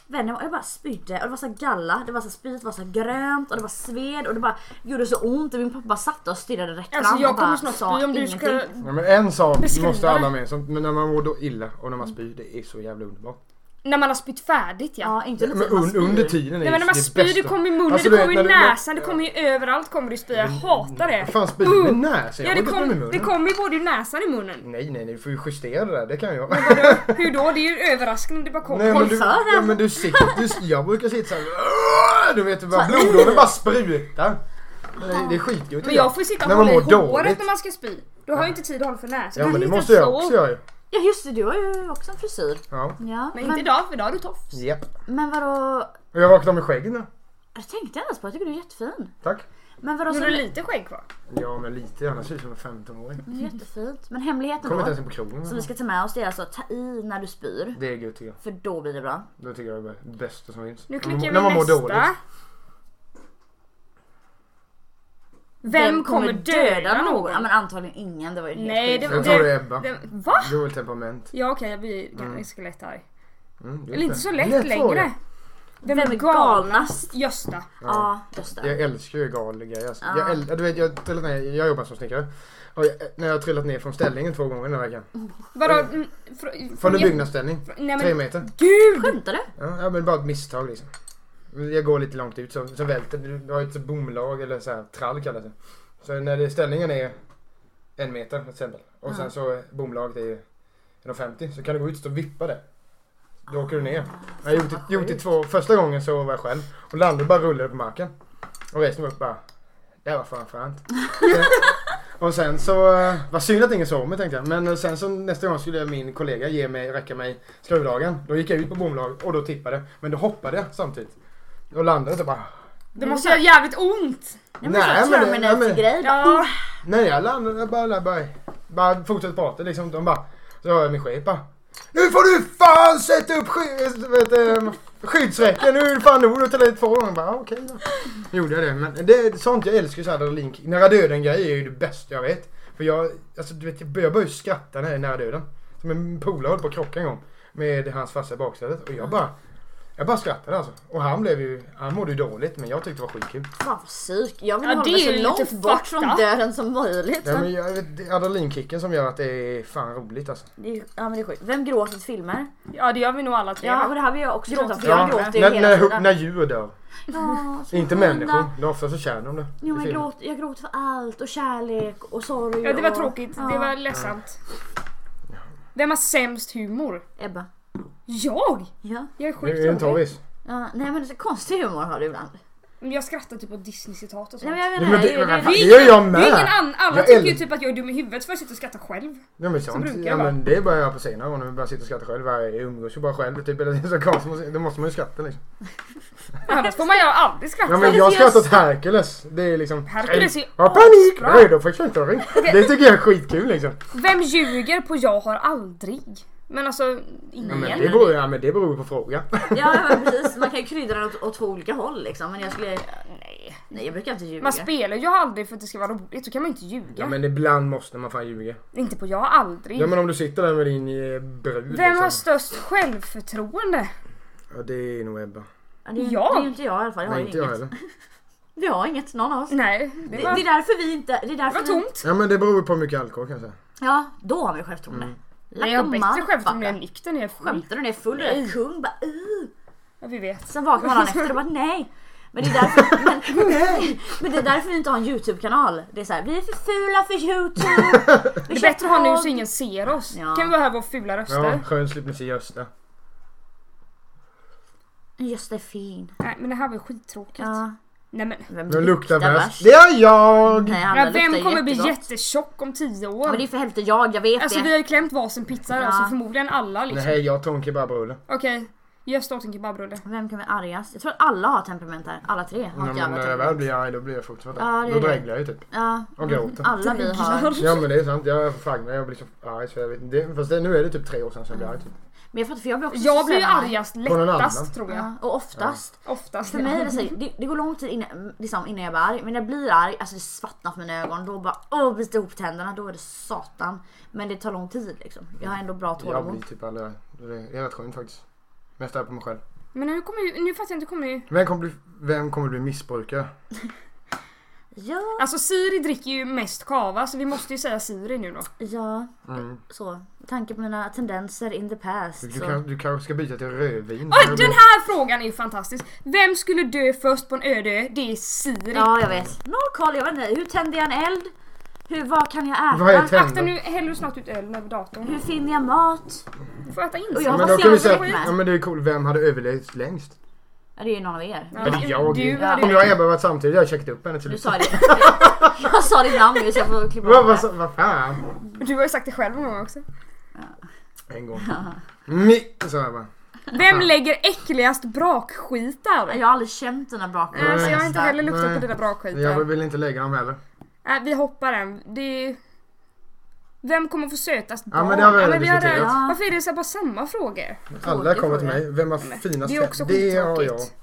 [SPEAKER 2] vände jag mig och jag bara spydde och det var så här galla, det var så här spyt, var så här grönt och det var sved och det bara gjorde så ont och min pappa satt och stirrade rätt
[SPEAKER 1] Alltså
[SPEAKER 2] fram
[SPEAKER 1] jag
[SPEAKER 2] och bara
[SPEAKER 1] kommer snart
[SPEAKER 2] sa
[SPEAKER 1] spy om du ska...
[SPEAKER 2] ingenting.
[SPEAKER 3] Ja, men en sak
[SPEAKER 1] Beskriv
[SPEAKER 3] måste
[SPEAKER 1] det.
[SPEAKER 3] alla med. Som, men när man mår då illa och när man spyr. Det är så jävla underbart.
[SPEAKER 1] När man har spytt färdigt ja.
[SPEAKER 2] Ja, inte under
[SPEAKER 3] Men
[SPEAKER 2] tiden man
[SPEAKER 3] un,
[SPEAKER 2] spyr.
[SPEAKER 3] under tiden är
[SPEAKER 1] Nej men när man
[SPEAKER 3] det
[SPEAKER 1] spyr, det
[SPEAKER 3] bästa.
[SPEAKER 1] kommer i munnen,
[SPEAKER 3] Alltså, du
[SPEAKER 1] det
[SPEAKER 3] vet,
[SPEAKER 1] kommer i
[SPEAKER 3] när du-
[SPEAKER 1] näsan, det kommer ju överallt kommer det spy. Jag hatar det.
[SPEAKER 3] Fan spyr du med
[SPEAKER 1] Uh.
[SPEAKER 3] näsan?
[SPEAKER 1] Ja
[SPEAKER 3] Jag
[SPEAKER 1] det
[SPEAKER 3] har inte med
[SPEAKER 1] kommer det
[SPEAKER 3] munnen.
[SPEAKER 1] kom ju både i näsan och i munnen.
[SPEAKER 3] Nej nej nej, du får ju justera det där. Det kan jag.
[SPEAKER 1] Hur då? Det är ju överraskande, det bara kommer.
[SPEAKER 3] Nej men du,
[SPEAKER 2] för den.
[SPEAKER 3] ja, men du sitter, du, jag brukar sitta såhär, du vet bara blodådern bara sprutar. Men Det, det är skitjobbigt.
[SPEAKER 1] Men jag får ju sitta och
[SPEAKER 3] När man
[SPEAKER 1] hålla i
[SPEAKER 3] mår
[SPEAKER 1] håret
[SPEAKER 3] dåligt.
[SPEAKER 1] när man ska spy. Då har jag ju inte tid att hålla för näsan.
[SPEAKER 3] Ja
[SPEAKER 1] Då
[SPEAKER 3] men det
[SPEAKER 1] sitter
[SPEAKER 3] måste jag
[SPEAKER 1] så.
[SPEAKER 3] också göra ju.
[SPEAKER 2] Ja just det, du har ju också en frisyr.
[SPEAKER 3] Ja.
[SPEAKER 2] Ja,
[SPEAKER 1] Men inte
[SPEAKER 2] men,
[SPEAKER 1] idag, för idag är du tofs.
[SPEAKER 3] Japp.
[SPEAKER 2] men vadå,
[SPEAKER 3] Och jag vaknade med skäggen nu.
[SPEAKER 2] jag tänkte jag ens på, jag tycker du är jättefin.
[SPEAKER 3] Tack.
[SPEAKER 2] Men vadå,
[SPEAKER 1] Nu
[SPEAKER 2] så,
[SPEAKER 1] har du
[SPEAKER 2] det
[SPEAKER 1] lite skägg kvar.
[SPEAKER 3] Ja men lite, annars ser jag ut som en 15-åring.
[SPEAKER 2] är jättefint. Men hemligheten
[SPEAKER 3] Kommer inte
[SPEAKER 2] då,
[SPEAKER 3] ens in på krogen.
[SPEAKER 2] som vi ska ta med oss, det är alltså ta i när du spyr.
[SPEAKER 3] Det är gud tycker jag.
[SPEAKER 2] För då blir det bra.
[SPEAKER 3] Det tycker jag är det bästa som finns.
[SPEAKER 1] Nu
[SPEAKER 3] När
[SPEAKER 1] klickar
[SPEAKER 3] man-
[SPEAKER 1] vi
[SPEAKER 3] när man mår
[SPEAKER 1] nästa.
[SPEAKER 3] dåligt.
[SPEAKER 1] Vem kommer döda
[SPEAKER 2] Ja,
[SPEAKER 1] någon?
[SPEAKER 2] men antagligen ingen, det var ju en
[SPEAKER 1] Nej,
[SPEAKER 2] helt
[SPEAKER 1] det
[SPEAKER 2] sjuk-
[SPEAKER 1] var...
[SPEAKER 3] Jag tror det är Ebba.
[SPEAKER 1] det- Va?
[SPEAKER 3] Du har väl temperament?
[SPEAKER 1] Ja okej, jag blir ganska lätt arg.
[SPEAKER 3] Mm, just
[SPEAKER 1] Eller inte så
[SPEAKER 3] det.
[SPEAKER 1] lätt,
[SPEAKER 3] Lätt fråga.
[SPEAKER 1] längre. Vem
[SPEAKER 2] Vem är galnast?
[SPEAKER 1] Gösta.
[SPEAKER 2] Ja, just det.
[SPEAKER 3] Jag älskar ju gal grejer. Alltså.
[SPEAKER 2] Ja.
[SPEAKER 3] Jag, äl- du vet, jag, trillat ner, jag jobbar som snickare. Och jag, när jag har trillat ner från ställningen två gånger den här veckan.
[SPEAKER 1] Vadå? mm, fr-
[SPEAKER 3] Från en
[SPEAKER 1] jag-
[SPEAKER 3] byggnadsställning.
[SPEAKER 1] Nej
[SPEAKER 3] Tre
[SPEAKER 1] men
[SPEAKER 3] meter.
[SPEAKER 1] gud!
[SPEAKER 2] Skämtar du?
[SPEAKER 3] Ja, ja, men bara ett misstag liksom. Jag går lite långt ut så, så välter det. Du har ju ett bomlag eller så här, trall kallas det. Så när det, ställningen är en meter till exempel. Och sen så bomlaget är ju 1,50. Så kan du gå ut och stå och vippa det. Då åker du ner. Jag har gjort det, gjort det två, första gången så var jag själv. Och landade och bara rullade på marken. Och resten var upp bara. Det var fan skönt. Sen- Och sen så, eh, vad synd att ingen såg mig tänkte jag. Men eh, sen så nästa gång skulle min kollega ge mig, räcka mig skruvdragen. Då gick jag ut på bomlag och då tippade. Men då hoppade jag samtidigt. Och landade och bara.
[SPEAKER 1] Det måste göra jävligt ont!
[SPEAKER 2] Nej, men nej,
[SPEAKER 3] men det- nej, men-
[SPEAKER 2] Terminator-grej då.
[SPEAKER 1] Ja.
[SPEAKER 3] Nej jag landade jag bara, jag bara, bara fortsatte prata liksom. De bara, så hör jag min chef bara. Nu får du fan sätta upp sky, vet, eh, skyddsräcken. Nu är det fan nog. Du tar två gånger. Jag bara, "Ah, okej då. Gjorde jag det. Men det är sånt jag älskar. Så här, link. Nära döden grejer är ju det bästa jag vet. För jag, alltså, du vet, jag börjar börjar skratta när jag är nära döden. Som en polare höll på att krocka en gång. Med hans farsa i baksätet. Och jag bara, jag bara skrattade alltså. Och han blev ju, han mådde ju dåligt. Men jag tyckte det var skitkul.
[SPEAKER 2] Fan vad psyk. Jag vill
[SPEAKER 1] Ja,
[SPEAKER 2] hålla
[SPEAKER 1] det
[SPEAKER 2] mig så
[SPEAKER 1] är ju
[SPEAKER 2] långt
[SPEAKER 1] lite
[SPEAKER 2] bort
[SPEAKER 1] fucked
[SPEAKER 2] från
[SPEAKER 1] up.
[SPEAKER 2] döden som möjligt.
[SPEAKER 3] Ja, men jag, vet, det är adrenalinkicken som gör att det är fan roligt alltså.
[SPEAKER 2] Det är, ja men det är sjukt. Vem gråter till filmer?
[SPEAKER 1] Ja det gör vi nog alla tre
[SPEAKER 2] Ja och
[SPEAKER 1] va?
[SPEAKER 2] det här vill jag också
[SPEAKER 1] Gråter.
[SPEAKER 2] gråta för jag gråter ju
[SPEAKER 3] när,
[SPEAKER 2] hela
[SPEAKER 3] när,
[SPEAKER 2] tiden.
[SPEAKER 3] när djur dör.
[SPEAKER 2] Ja, så
[SPEAKER 3] Inte
[SPEAKER 2] sköna.
[SPEAKER 3] människor. Det är ofta så känner de det.
[SPEAKER 2] Jo, men
[SPEAKER 3] i
[SPEAKER 2] jag,
[SPEAKER 3] filmen.
[SPEAKER 2] gråter, jag gråter för allt och kärlek och sorg.
[SPEAKER 1] Ja det var
[SPEAKER 2] och-
[SPEAKER 1] tråkigt,
[SPEAKER 2] Ja.
[SPEAKER 1] det var ledsamt. Vem har sämst humor?
[SPEAKER 2] Ebba.
[SPEAKER 1] Jag!
[SPEAKER 2] Ja.
[SPEAKER 1] Jag är
[SPEAKER 3] Det
[SPEAKER 1] sjukt
[SPEAKER 3] är en
[SPEAKER 1] rolig.
[SPEAKER 3] torris.
[SPEAKER 2] ja. Nej men så konstig humor har du ibland.
[SPEAKER 1] Men Jag skrattar typ åt Disney-citat och
[SPEAKER 2] Nej
[SPEAKER 1] sånt.
[SPEAKER 2] men jag
[SPEAKER 3] Nej,
[SPEAKER 2] menar,
[SPEAKER 3] men
[SPEAKER 2] det, är
[SPEAKER 3] det,
[SPEAKER 2] ju det,
[SPEAKER 3] det gör jag
[SPEAKER 1] Det är ingen
[SPEAKER 3] med!
[SPEAKER 1] annan, alla
[SPEAKER 3] Jag
[SPEAKER 1] tycker ju
[SPEAKER 3] äl-
[SPEAKER 1] typ att jag är dum i huvudet för jag sitter och skrattar själv.
[SPEAKER 3] Ja, men sånt.
[SPEAKER 1] brukar
[SPEAKER 3] Ja,
[SPEAKER 1] jag vara.
[SPEAKER 3] men det börjar jag på senare år när vi börjar sitta och skratta själv. Jag umgås ju bara själv. Typ, eller det är så konstigt. Då måste man ju skratta liksom.
[SPEAKER 1] Annars får man ju aldrig
[SPEAKER 3] Ja,
[SPEAKER 1] skratta.
[SPEAKER 3] men
[SPEAKER 2] det
[SPEAKER 3] jag har
[SPEAKER 2] är just-
[SPEAKER 3] skrattat åt Hercules. Det är liksom...
[SPEAKER 1] Hercules är ju
[SPEAKER 3] Ja, panik!
[SPEAKER 1] asbra.
[SPEAKER 3] Nej, då får jag tjugoåring. Det tycker jag är skitkul liksom.
[SPEAKER 1] Vem ljuger på jag har aldrig? Men alltså,
[SPEAKER 3] Ja,
[SPEAKER 1] ingen.
[SPEAKER 3] men det beror, ja, men det beror på fråga.
[SPEAKER 2] Ja ja, men precis, man kan ju krydda den åt, åt två olika håll liksom. Men jag skulle...
[SPEAKER 1] Nej.
[SPEAKER 2] Nej jag brukar inte ljuga.
[SPEAKER 1] Man spelar ju aldrig för att det ska vara roligt, då kan man ju inte ljuga.
[SPEAKER 3] Ja, men ibland måste man fan ljuga.
[SPEAKER 1] Inte på jag har aldrig.
[SPEAKER 3] Ja, men om du sitter där med din eh, brud
[SPEAKER 1] Vem har
[SPEAKER 3] liksom.
[SPEAKER 1] störst självförtroende?
[SPEAKER 3] Ja, det är nog Ebba.
[SPEAKER 2] Ja, Det är,
[SPEAKER 1] Jag?
[SPEAKER 2] det är ju inte jag i alla fall. Jag har
[SPEAKER 3] Nej,
[SPEAKER 2] ju
[SPEAKER 3] inte jag
[SPEAKER 2] inget.
[SPEAKER 3] heller.
[SPEAKER 2] Vi har inget, någon av oss.
[SPEAKER 1] Nej,
[SPEAKER 2] Det,
[SPEAKER 1] det
[SPEAKER 2] det
[SPEAKER 1] var,
[SPEAKER 2] är
[SPEAKER 1] det
[SPEAKER 2] därför vi inte... Det är därför
[SPEAKER 1] var
[SPEAKER 2] vi-
[SPEAKER 1] tomt.
[SPEAKER 3] Ja men det beror på hur mycket alkohol kanske.
[SPEAKER 2] Ja, då har vi självförtroende.
[SPEAKER 3] Mm.
[SPEAKER 2] Lack
[SPEAKER 1] Men jag
[SPEAKER 2] och
[SPEAKER 1] har bättre
[SPEAKER 2] mark,
[SPEAKER 1] skämt om
[SPEAKER 2] pappa.
[SPEAKER 1] jag är nykter när jag är full.
[SPEAKER 2] Skämtar du? När jag är full och är kung. Bara, uh.
[SPEAKER 1] Ja, vi vet.
[SPEAKER 2] Sen vaknar man dagen efter och bara nej. Men det, är därför, men, men det är därför vi inte har en YouTube-kanal. Det är såhär, vi är för fula för YouTube. Vi
[SPEAKER 1] Det är
[SPEAKER 2] kör
[SPEAKER 1] bättre att ha nu
[SPEAKER 2] podd.
[SPEAKER 1] så ingen ser oss.
[SPEAKER 2] Ja.
[SPEAKER 1] Kan vi bara höra våra fula röster.
[SPEAKER 3] Ja, skön slipper ni se
[SPEAKER 2] Mm.
[SPEAKER 3] Gösta.
[SPEAKER 2] Just det, fin.
[SPEAKER 1] Nej men det här var ju skittråkigt.
[SPEAKER 2] Ja.
[SPEAKER 1] Nej men.
[SPEAKER 2] Vem
[SPEAKER 3] Vem luktar värst? Det är jag!
[SPEAKER 2] Nej, han
[SPEAKER 1] Men
[SPEAKER 2] luktar
[SPEAKER 1] vem kommer bli
[SPEAKER 2] jättegott.
[SPEAKER 1] jättetjock om tio år?
[SPEAKER 2] Men det är för helvete jag, jag vet
[SPEAKER 1] Alltså vi
[SPEAKER 2] det.
[SPEAKER 1] har ju klämt varsin pizza
[SPEAKER 2] Ja.
[SPEAKER 1] ja. alltså förmodligen alla liksom.
[SPEAKER 3] Nej, jag tar en kebabrulle.
[SPEAKER 1] Okej, Gösta åt en kebabrulle.
[SPEAKER 2] Vem kan bli argast? Jag tror att alla har temperament här. Alla tre har
[SPEAKER 3] Ja,
[SPEAKER 2] ett
[SPEAKER 3] men eh,
[SPEAKER 2] jävla
[SPEAKER 3] när jag väl
[SPEAKER 2] temperament.
[SPEAKER 3] blir arg då blir jag fruktansvärt
[SPEAKER 2] Ja, det
[SPEAKER 3] arg.
[SPEAKER 2] är
[SPEAKER 3] Då
[SPEAKER 2] det. Mm.
[SPEAKER 3] dreglar jag ju typ.
[SPEAKER 2] Ja,
[SPEAKER 3] Och gråter.
[SPEAKER 2] alla
[SPEAKER 1] Typ.
[SPEAKER 2] vi har.
[SPEAKER 1] Jävlar.
[SPEAKER 3] Ja men det är sant, jag är fagnar. Jag blir så arg så jag vet inte. Det- Fast det, nu är det typ tre år sedan som jag blev arg. Typ.
[SPEAKER 2] Men jag fattar för jag blir också
[SPEAKER 1] Jag
[SPEAKER 2] så
[SPEAKER 1] blir ju
[SPEAKER 2] sällan
[SPEAKER 1] argast
[SPEAKER 3] På någon
[SPEAKER 1] lättast
[SPEAKER 3] annan.
[SPEAKER 1] tror jag.
[SPEAKER 2] Ja, och oftast.
[SPEAKER 1] Oftast.
[SPEAKER 2] För mig är det, så, här, det, det går lång tid innan, liksom, innan jag blir arg, men när jag blir arg, alltså det svartnar för mina ögon, då bara åh, biter ihop tänderna, då är det satan. Men det tar lång tid liksom. Jag har ändå bra
[SPEAKER 3] Jag blir
[SPEAKER 2] tålamod.
[SPEAKER 3] typ aldrig arg. Det är- det är rätt skönt faktiskt. Mest arg på mig själv.
[SPEAKER 1] Men nu kommer ju, nu fattar jag inte, kommer ju...
[SPEAKER 3] Vem kommer bli, vem kommer bli missbrukare?
[SPEAKER 2] Ja,
[SPEAKER 1] Alltså Siri dricker ju mest kava så vi måste ju säga Siri nu då.
[SPEAKER 2] ja,
[SPEAKER 3] Mm.
[SPEAKER 2] så. Med tanke på mina tendenser in the
[SPEAKER 3] Du,
[SPEAKER 2] past.
[SPEAKER 3] du,
[SPEAKER 2] Så.
[SPEAKER 3] kan, du kanske ska byta till rödvin.
[SPEAKER 1] Oj, den här frågan är ju fantastisk. Vem skulle dö först på en öde ö? Det är Siri.
[SPEAKER 2] Ja, jag vet. Noll koll, jag vet inte. Hur tänder jag en eld? Hur, vad kan jag
[SPEAKER 3] Vad är
[SPEAKER 2] äta?
[SPEAKER 1] Akta
[SPEAKER 3] tänder?
[SPEAKER 1] nu, häller du snart ut ölen över datorn?
[SPEAKER 2] Hur finner jag mat?
[SPEAKER 1] Du får äta in
[SPEAKER 2] Och
[SPEAKER 1] sen.
[SPEAKER 2] jag
[SPEAKER 3] Men
[SPEAKER 2] hoppas
[SPEAKER 3] då
[SPEAKER 2] jag
[SPEAKER 3] kan
[SPEAKER 2] överlever
[SPEAKER 3] vi säga,
[SPEAKER 2] med.
[SPEAKER 3] ja men det är coolt, vem hade överlevt längst?
[SPEAKER 2] Ja, det är ju någon av er.
[SPEAKER 1] Ja,
[SPEAKER 3] Eller jag.
[SPEAKER 1] du
[SPEAKER 3] Om
[SPEAKER 1] hade ju-
[SPEAKER 3] jag och Ebba varit samtidigt hade jag checkat upp henne till typ-
[SPEAKER 2] Du
[SPEAKER 3] slut.
[SPEAKER 2] sa det. Jag sa ditt namn nu så jag får klippa
[SPEAKER 3] Vad,
[SPEAKER 2] bort
[SPEAKER 3] vad,
[SPEAKER 2] det.
[SPEAKER 3] sa- vad fan?
[SPEAKER 1] Du har ju sagt det själv någon gång också.
[SPEAKER 3] En gång. Mi, sa jag bara.
[SPEAKER 1] Vem lägger äckligast brakskitar?
[SPEAKER 2] Jag har aldrig känt dina brakar.
[SPEAKER 3] Mm.
[SPEAKER 1] Alltså, jag har inte heller luktat
[SPEAKER 3] Nej.
[SPEAKER 1] på dina
[SPEAKER 3] Jag
[SPEAKER 1] brakskitar.
[SPEAKER 3] vill inte lägga dem heller.
[SPEAKER 1] Nej, vi hoppar den. Det är... Vem kommer få sötast
[SPEAKER 3] Ja, men det har vi redan
[SPEAKER 1] har
[SPEAKER 3] diskuterat.
[SPEAKER 1] redan- Varför är det så här bara samma frågor?
[SPEAKER 3] Alla kommer till
[SPEAKER 2] fråga.
[SPEAKER 3] mig. Vem har finast
[SPEAKER 1] Det är också
[SPEAKER 3] tänder? Det har jag.
[SPEAKER 1] skittråkigt.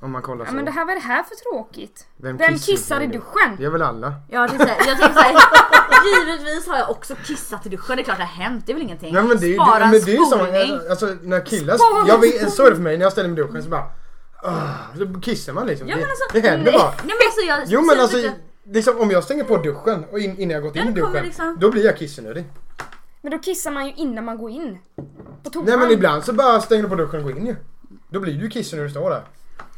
[SPEAKER 3] Om man kollar
[SPEAKER 1] Ja,
[SPEAKER 3] så.
[SPEAKER 1] men det här, vad är det här för tråkigt?
[SPEAKER 3] Vem,
[SPEAKER 1] Vem kissar i
[SPEAKER 3] du?
[SPEAKER 1] duschen?
[SPEAKER 3] Det är väl alla.
[SPEAKER 2] Ja, det är så här, jag tänkte såhär, givetvis har jag också kissat i duschen, det är klart det har hänt, det är väl ingenting.
[SPEAKER 3] Nej men det är ju
[SPEAKER 2] Spara
[SPEAKER 3] det, men det är ju
[SPEAKER 2] spolning.
[SPEAKER 3] så, alltså när killar,
[SPEAKER 1] Spara
[SPEAKER 3] jag vet, så är det för mig när jag ställer mig i duschen så bara, ah, så kissar man liksom.
[SPEAKER 2] Ja, men alltså,
[SPEAKER 3] det, det händer
[SPEAKER 1] nej.
[SPEAKER 3] bara.
[SPEAKER 2] Nej men alltså jag...
[SPEAKER 3] Jo men alltså,
[SPEAKER 2] jag-
[SPEAKER 3] liksom, om jag stänger på duschen och in, innan jag gått in i
[SPEAKER 2] det kommer
[SPEAKER 3] duschen,
[SPEAKER 2] liksom-
[SPEAKER 3] då blir jag kissnödig.
[SPEAKER 1] Men då kissar man ju innan man går in. På toan.
[SPEAKER 3] Nej men ibland så bara stänger du på duschen och går in ju. Då blir du ju kissnödig när du står där.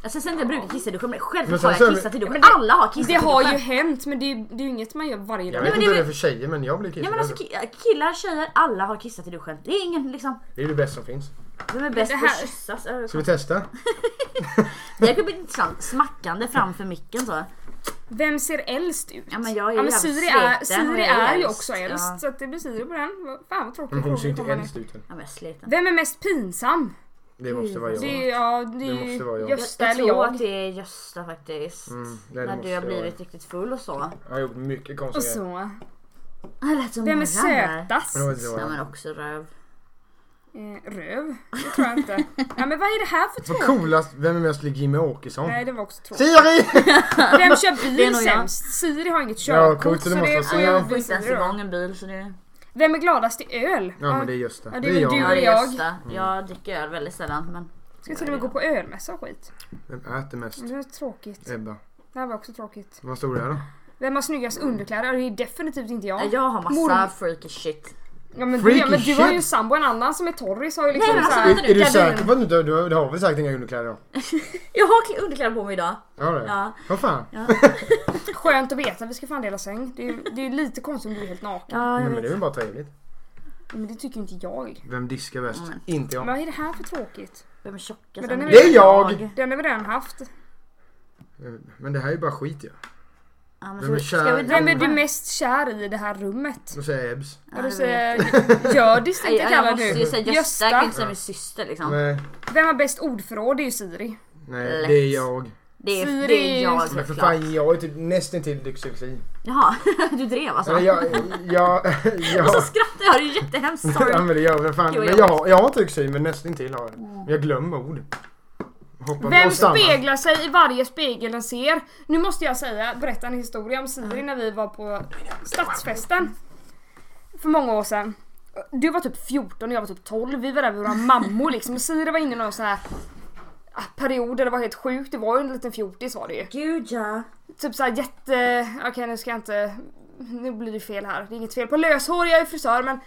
[SPEAKER 2] Alltså sen jag brukar kissa i duschen, men
[SPEAKER 3] Men
[SPEAKER 2] självklart
[SPEAKER 3] sen
[SPEAKER 2] har
[SPEAKER 3] så är
[SPEAKER 2] jag
[SPEAKER 3] det-
[SPEAKER 2] kissat i duschen.
[SPEAKER 1] Men det-
[SPEAKER 2] Alla har kissat
[SPEAKER 1] Det
[SPEAKER 2] i
[SPEAKER 1] har ju
[SPEAKER 2] duschen.
[SPEAKER 1] hänt men det är, det är ju inget man gör varje
[SPEAKER 3] Jag
[SPEAKER 1] dag.
[SPEAKER 3] vet
[SPEAKER 2] men
[SPEAKER 3] inte
[SPEAKER 2] det
[SPEAKER 3] hur
[SPEAKER 2] är
[SPEAKER 3] det är för tjejer men jag blir
[SPEAKER 2] Nej
[SPEAKER 3] kissnödig.
[SPEAKER 2] men alltså ki- killar, tjejer, alla har kissat i duschen. Det är ingen liksom,
[SPEAKER 3] Det är ju det bästa som finns.
[SPEAKER 2] vem är bäst
[SPEAKER 1] Det
[SPEAKER 2] på att
[SPEAKER 1] här-
[SPEAKER 2] kyssas?
[SPEAKER 3] Ska vi testa?
[SPEAKER 2] Det här kan bli intressant, smackande framför micken så.
[SPEAKER 1] Vem ser äldst ut?
[SPEAKER 2] Ja, men jag är ju
[SPEAKER 1] ja, men
[SPEAKER 2] jävligt
[SPEAKER 1] Siri,
[SPEAKER 2] sliten
[SPEAKER 1] är,
[SPEAKER 2] och
[SPEAKER 1] Siri
[SPEAKER 2] jag är
[SPEAKER 1] är ju
[SPEAKER 2] äldst,
[SPEAKER 1] också
[SPEAKER 2] ja.
[SPEAKER 1] äldst så att det blir Siri på den. Vad- Fan vad tråkigt.
[SPEAKER 3] Men hon ser inte
[SPEAKER 1] fråga.
[SPEAKER 3] äldst ut. än.
[SPEAKER 2] Ja men jag är sliten.
[SPEAKER 1] Vem är mest pinsam?
[SPEAKER 3] Det måste vara
[SPEAKER 1] Det
[SPEAKER 3] jag.
[SPEAKER 1] är, ja, det
[SPEAKER 3] Det
[SPEAKER 1] är
[SPEAKER 3] måste
[SPEAKER 1] ju
[SPEAKER 3] vara jag.
[SPEAKER 1] Gösta
[SPEAKER 2] Jag
[SPEAKER 1] eller
[SPEAKER 2] tror
[SPEAKER 1] jag.
[SPEAKER 2] att det är Gösta faktiskt.
[SPEAKER 3] Mm, det- det
[SPEAKER 2] När
[SPEAKER 3] måste
[SPEAKER 2] du har
[SPEAKER 3] jag vara.
[SPEAKER 2] blivit riktigt full och så.
[SPEAKER 3] Jag har gjort mycket
[SPEAKER 1] Och
[SPEAKER 3] konstiga
[SPEAKER 1] så.
[SPEAKER 2] Jag lät som
[SPEAKER 1] Vem är
[SPEAKER 2] morran där.
[SPEAKER 1] sötast?
[SPEAKER 3] grejer. Det var-
[SPEAKER 2] Ja men också röv.
[SPEAKER 1] Eh, röv? Det tror jag inte. Ja, men vad är det här för
[SPEAKER 3] Vad
[SPEAKER 1] tråkigt?
[SPEAKER 3] coolast, vem är mest lik Jimmie Åkesson?
[SPEAKER 1] Nej det var också tråkigt.
[SPEAKER 3] Siri!
[SPEAKER 1] Vem kör
[SPEAKER 2] Det är
[SPEAKER 1] bil
[SPEAKER 2] nog jag. Alltså,
[SPEAKER 1] sämst? Siri har inget
[SPEAKER 3] Ja,
[SPEAKER 1] körkort
[SPEAKER 3] coolt, så
[SPEAKER 1] så
[SPEAKER 3] det måste vara
[SPEAKER 1] det
[SPEAKER 3] Siri.
[SPEAKER 1] är
[SPEAKER 2] Jag får inte ens
[SPEAKER 1] Siri då.
[SPEAKER 2] igång en bil så det...
[SPEAKER 1] Vem är gladast i öl?
[SPEAKER 3] Ja men det är just det.
[SPEAKER 1] Ja, det
[SPEAKER 3] det
[SPEAKER 1] är
[SPEAKER 3] är
[SPEAKER 1] väl
[SPEAKER 3] jag.
[SPEAKER 1] du.
[SPEAKER 2] Ja,
[SPEAKER 1] är
[SPEAKER 2] det
[SPEAKER 1] jag.
[SPEAKER 2] är Gösta. Jag dricker öl väldigt sällan men...
[SPEAKER 1] Ska till och med gå på ölmässa och skit.
[SPEAKER 3] Vem äter mest?
[SPEAKER 1] Det var tråkigt.
[SPEAKER 3] Ebba.
[SPEAKER 1] Det här var också tråkigt.
[SPEAKER 3] Vad stod det här då?
[SPEAKER 1] Vem har snyggast underkläder? Det är definitivt inte jag.
[SPEAKER 2] Nej, Jag har massa
[SPEAKER 1] Mormor.
[SPEAKER 2] freaky shit.
[SPEAKER 1] Ja, men, du,
[SPEAKER 3] Freaky
[SPEAKER 1] ja, men du har ju
[SPEAKER 3] shit.
[SPEAKER 1] sambo, en annan som är torris har ju
[SPEAKER 2] Nej,
[SPEAKER 1] liksom
[SPEAKER 2] men alltså,
[SPEAKER 1] såhär...
[SPEAKER 2] vänta
[SPEAKER 3] Är, är du
[SPEAKER 2] Gardin.
[SPEAKER 3] säker på att du inte du, du har väl säkert inga underkläder då?
[SPEAKER 2] Jag har kl- underkläder på mig idag.
[SPEAKER 3] Ja det är.
[SPEAKER 2] Ja.
[SPEAKER 3] Vad fan?
[SPEAKER 1] Skönt att veta, vi ska fan dela säng. Det är, det är lite konstigt om du är helt naken.
[SPEAKER 2] Ja,
[SPEAKER 3] Nej
[SPEAKER 2] jag
[SPEAKER 3] men det är
[SPEAKER 2] vet.
[SPEAKER 3] väl bara trevligt.
[SPEAKER 1] Men det tycker ju inte jag.
[SPEAKER 3] Vem diskar bäst? Inte jag.
[SPEAKER 1] Vad är det här för tråkigt?
[SPEAKER 2] Vem är tjockast?
[SPEAKER 1] Men den är-
[SPEAKER 2] Vem
[SPEAKER 3] Det är jag!
[SPEAKER 1] Den har vi redan haft.
[SPEAKER 3] Men det här är ju bara skit ju.
[SPEAKER 2] Ja, men
[SPEAKER 3] Vem är
[SPEAKER 2] ska, vi- ska
[SPEAKER 3] kär?
[SPEAKER 2] vi dra
[SPEAKER 1] Vem är du mest kär i i det här rummet?
[SPEAKER 3] Då säger jag Ebbs.
[SPEAKER 1] Ja, du
[SPEAKER 2] jag
[SPEAKER 1] säger Hjördis
[SPEAKER 2] Nej, jag
[SPEAKER 1] tänkte jag kalla
[SPEAKER 2] måste ju
[SPEAKER 1] nu.
[SPEAKER 2] säga Gösta,
[SPEAKER 1] Gösta.
[SPEAKER 2] jag kan inte säga min syster liksom.
[SPEAKER 3] Nej,
[SPEAKER 1] Vem har bäst ordförråd? Det är ju Siri.
[SPEAKER 3] nej
[SPEAKER 2] Lätt.
[SPEAKER 3] det är jag.
[SPEAKER 2] Det är,
[SPEAKER 1] Siri
[SPEAKER 2] det är
[SPEAKER 1] är
[SPEAKER 2] jag
[SPEAKER 1] ju-
[SPEAKER 2] helt
[SPEAKER 3] Men för
[SPEAKER 2] klart.
[SPEAKER 3] fan jag är typ nästintill dyslexi.
[SPEAKER 2] Jaha, du drev alltså?
[SPEAKER 3] Eller jag, jag, jag,
[SPEAKER 2] Så skrattar jag, det är jättehemskt.
[SPEAKER 3] Ja
[SPEAKER 2] Sorry.
[SPEAKER 3] men det gör jag. Fan.
[SPEAKER 2] Jo,
[SPEAKER 3] Men
[SPEAKER 2] jag
[SPEAKER 3] jag, har- jag har dyslexi men nästintill har jag det. Men jag glömmer ord. Hoppar
[SPEAKER 1] Mm. Vem
[SPEAKER 3] och stannar.
[SPEAKER 1] speglar sig i varje spegel den ser? Nu måste jag säga, berätta en historia om Siri när vi var på stadsfesten. För många år sedan. Du var typ 14 och jag var typ 12. Vi var där med våra mammor liksom. Siri var inne i någon så här ah, period där det var helt sjukt. Det var ju en liten fjortis var det ju.
[SPEAKER 2] Gud ja.
[SPEAKER 1] Typ såhär jätte... Okej nu ska jag inte... Nu blir det fel här. Det är inget fel på löshår, jag är frisör men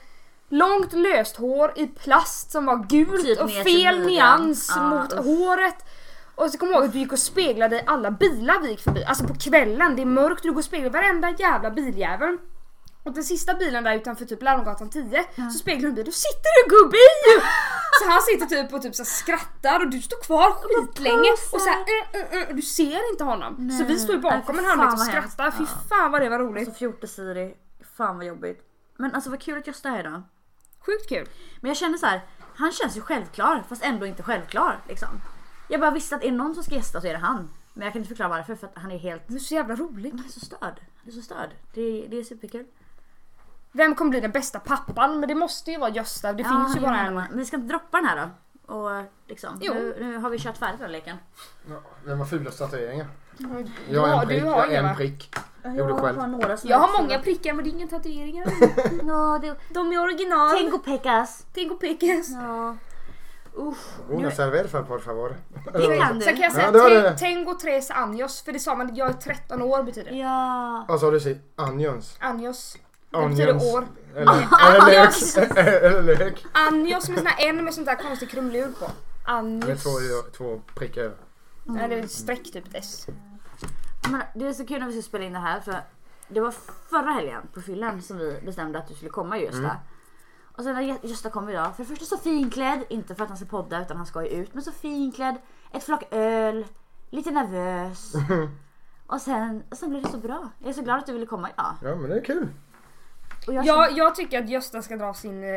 [SPEAKER 1] långt löst hår i plast som var gult
[SPEAKER 2] Typ
[SPEAKER 1] och
[SPEAKER 2] ner till
[SPEAKER 1] fel
[SPEAKER 2] midjan. Ah,
[SPEAKER 1] nyans
[SPEAKER 2] Ja,
[SPEAKER 1] mot
[SPEAKER 2] uff.
[SPEAKER 1] håret. Och så kommer jag ihåg att du gick och speglade i alla bilar vi gick förbi. Alltså på kvällen, det är mörkt, du går och speglar varenda jävla biljävel. Och den sista bilen där utanför typ Larmgatan 10 så speglar du en bil, då sitter du gubbe i! Så han sitter typ och typ så här skrattar och du står kvar skitlänge och så här, eh, eh, eh, och du ser inte honom. Så vi står ju
[SPEAKER 2] Nej,
[SPEAKER 1] bakom
[SPEAKER 2] fy
[SPEAKER 1] en
[SPEAKER 2] fan
[SPEAKER 1] halvlek och
[SPEAKER 2] vad hemskt.
[SPEAKER 1] skrattar, fy fan vad det var roligt.
[SPEAKER 2] Så Alltså, fjorte Siri, fan vad jobbigt. Men alltså vad kul att Gösta är här idag.
[SPEAKER 1] Sjukt kul.
[SPEAKER 2] Men jag känner så här, han känns ju självklar fast ändå inte självklar liksom. Jag bara visste att är det någon som ska gästa så är det han. Men jag kan inte förklara varför för att han är helt,
[SPEAKER 1] Du är så jävla rolig.
[SPEAKER 2] han är så störd. Han är så störd. Det, det är superkul.
[SPEAKER 1] Vem kommer bli den bästa pappan? Men det måste ju vara Gösta. Det
[SPEAKER 2] Ja,
[SPEAKER 1] finns ju
[SPEAKER 2] han
[SPEAKER 1] bara
[SPEAKER 2] är
[SPEAKER 1] en.
[SPEAKER 2] med. Men vi ska inte droppa den här då? Och liksom,
[SPEAKER 1] Jo.
[SPEAKER 2] nu, nu har vi kört färdigt den här leken.
[SPEAKER 3] Ja, Vem har fulast tatueringar? Jag har
[SPEAKER 1] Ja,
[SPEAKER 3] en prick.
[SPEAKER 1] du
[SPEAKER 3] Jag
[SPEAKER 1] har
[SPEAKER 3] har
[SPEAKER 1] inga
[SPEAKER 3] en
[SPEAKER 1] va?
[SPEAKER 3] prick.
[SPEAKER 2] Jag
[SPEAKER 3] Gjorde själv.
[SPEAKER 2] har några som
[SPEAKER 1] Jag
[SPEAKER 2] är
[SPEAKER 1] har många
[SPEAKER 2] fula.
[SPEAKER 1] prickar men det är inga tatueringar.
[SPEAKER 2] Ja, det...
[SPEAKER 1] De är original.
[SPEAKER 2] Tänk och pekas.
[SPEAKER 1] Tänk och pekas.
[SPEAKER 2] Ja. Usch.
[SPEAKER 3] Una cerveza por favor.
[SPEAKER 2] Det kan
[SPEAKER 1] Sen kan
[SPEAKER 2] du.
[SPEAKER 1] jag säga
[SPEAKER 3] Ja, det var det.
[SPEAKER 1] te- Tengo tres años för det sa man, jag är 13 år betyder det.
[SPEAKER 2] Ja.
[SPEAKER 3] Vad sa Alltså, du? Sig? Onions.
[SPEAKER 1] Años. Det betyder
[SPEAKER 3] Onions.
[SPEAKER 1] år.
[SPEAKER 3] Eller, eller lök. eller lök.
[SPEAKER 1] Años som är sån här N med sånt där konstigt krumelur på.
[SPEAKER 3] Med
[SPEAKER 1] Años.
[SPEAKER 3] två, två prickar över. Mm.
[SPEAKER 1] Eller ett streck typ ett S.
[SPEAKER 2] Men det är så kul när vi ska spela in det här för det var förra helgen på fyllan som vi bestämde att du skulle komma Gösta.
[SPEAKER 3] Mm.
[SPEAKER 2] Och sen när Gö- Gösta kom idag, för det första så finklädd, inte för att han ska podda utan han ska ju ut, men så finklädd, ett flak öl, lite nervös. och sen, sen blev det så bra. Jag är så glad att du ville komma idag.
[SPEAKER 3] Ja men det är kul.
[SPEAKER 2] Och jag
[SPEAKER 1] Jag, jag tycker att Gösta ska dra sin... eh,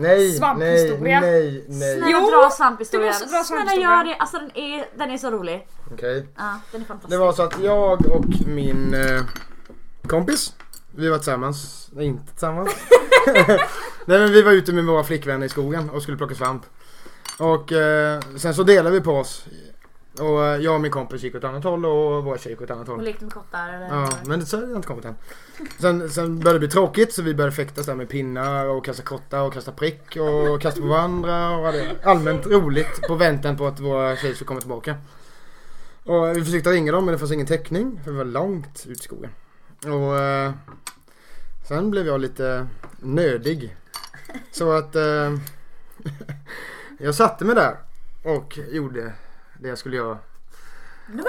[SPEAKER 3] Nej, nej,
[SPEAKER 1] Svamphistoria.
[SPEAKER 3] nej, nej.
[SPEAKER 2] Snälla
[SPEAKER 1] Jo,
[SPEAKER 2] dra svamphistorien.
[SPEAKER 1] du måste dra
[SPEAKER 2] Snälla
[SPEAKER 1] svamphistorien.
[SPEAKER 2] gör det. Alltså den är, den är så rolig.
[SPEAKER 3] Okej.
[SPEAKER 2] Ja, den är fantastisk.
[SPEAKER 3] Det var så att jag och min eh, kompis, vi var tillsammans, nej inte tillsammans. nej men vi var ute med våra flickvänner i skogen och skulle plocka svamp. Och eh, sen så delade vi på oss. Och eh, jag och min kompis gick åt annat håll och vår tjej gick åt annat håll.
[SPEAKER 2] Och lekte med kottar eller?
[SPEAKER 3] Ja, men så har jag inte kommit än. Sen, sen började det bli tråkigt så vi började fäktas där med pinnar och kasta kottar och kasta prick och kasta på varandra och hade allmänt roligt på väntan på att våra tjejer skulle komma tillbaka. Och vi försökte ringa dem men det fanns ingen täckning för vi var långt ut i skogen. Och eh, sen blev jag lite nödig. Så att eh, jag satte mig där och gjorde det jag skulle göra.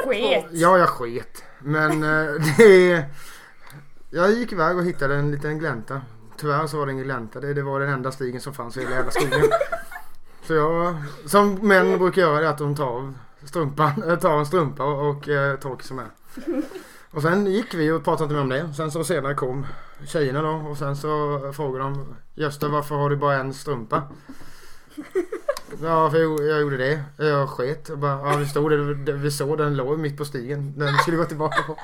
[SPEAKER 1] Sket.
[SPEAKER 3] Ja, jag sket. Men eh, det... Jag gick iväg och hittade en liten glänta. Tyvärr så var det ingen glänta. Det, det var den enda stigen som fanns i hela jävla skogen. Så jag, som män brukar göra, det är att de tar av strumpan, eh, tar en strumpa och, och eh, torkar sig med. Och sen gick vi och pratade inte mer om det. Sen så senare kom tjejerna då och sen så frågade de Gösta varför har du bara en strumpa? Ja, för jag, jag gjorde det. Jag sket. Jag bara, ja, vi stod där, vi såg den låg mitt på stigen. Den skulle gå tillbaka på.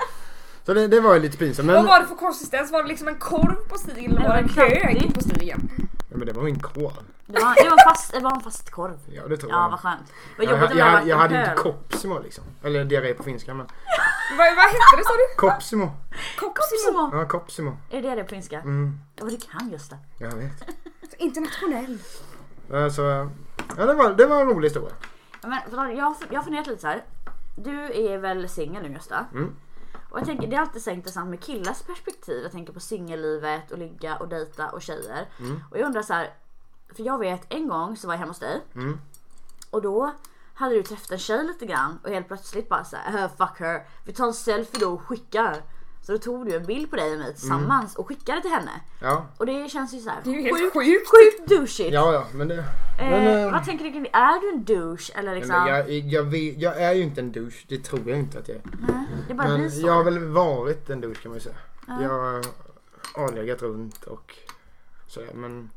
[SPEAKER 3] Så det, det var ju lite pinsamt. Men,
[SPEAKER 1] Vad var det för konsistens? Var det liksom en korv på stigen eller
[SPEAKER 2] Det
[SPEAKER 1] var det
[SPEAKER 2] var
[SPEAKER 1] en
[SPEAKER 2] kantig.
[SPEAKER 1] hög på stigen?
[SPEAKER 3] Ja, men det var min korv.
[SPEAKER 2] Det, var, det, var fast, det var en fast korv.
[SPEAKER 3] Ja, det tror
[SPEAKER 2] Ja,
[SPEAKER 3] jag.
[SPEAKER 2] vad skönt. Vad
[SPEAKER 3] Jag,
[SPEAKER 2] jobbigt om
[SPEAKER 3] jag,
[SPEAKER 2] det
[SPEAKER 3] jag,
[SPEAKER 2] hade
[SPEAKER 3] jag
[SPEAKER 2] varit
[SPEAKER 3] hade
[SPEAKER 2] en
[SPEAKER 3] inte
[SPEAKER 2] hög.
[SPEAKER 3] kopsimo liksom. Eller diarré på finska men.
[SPEAKER 1] Vad, vad hette det sa du?
[SPEAKER 3] Kopsimo.
[SPEAKER 2] Små.
[SPEAKER 1] Kopsimo?
[SPEAKER 3] Ja, kopsimo.
[SPEAKER 2] Är det det på finska?
[SPEAKER 3] Mm,
[SPEAKER 2] Ja, vad du kan Gösta.
[SPEAKER 3] jag vet.
[SPEAKER 1] Internationell.
[SPEAKER 3] Ja, Så, Alltså, ja, det, var, det var en rolig historia.
[SPEAKER 2] Ja, Men, för jag, har- jag har funderat lite så här. Du är väl singel nu Gösta?
[SPEAKER 3] Mm.
[SPEAKER 2] Och jag tänker, det är alltid så intressant med killars perspektiv. Jag tänker på singellivet och ligga och dejta och tjejer.
[SPEAKER 3] Mm.
[SPEAKER 2] Och jag undrar så här. För jag vet en gång så var jag hemma hos dig.
[SPEAKER 3] Mm.
[SPEAKER 2] Och då hade du träffat en tjej lite grann och helt plötsligt bara så här, "Eh, fuck her. Vi tar en selfie då och skickar. Så då tog du en bild på dig och mig
[SPEAKER 3] Mm.
[SPEAKER 2] tillsammans och skickade till henne.
[SPEAKER 3] Ja,
[SPEAKER 2] Och det känns ju så här
[SPEAKER 1] Det är ju helt
[SPEAKER 2] sjukt-
[SPEAKER 1] sjukt.
[SPEAKER 2] sjukt douchigt.
[SPEAKER 3] ja, ja men det... Men,
[SPEAKER 2] eh,
[SPEAKER 3] eh,
[SPEAKER 2] vad tänker du kring det? Är du en douche eller liksom?
[SPEAKER 3] men jag, jag, vet, jag är ju inte en douche, det tror jag inte att jag är.
[SPEAKER 2] Nej, det bara blir
[SPEAKER 3] Men
[SPEAKER 2] så.
[SPEAKER 3] jag har väl varit en douche kan man ju säga. Jag har avlegat runt och sådär. Men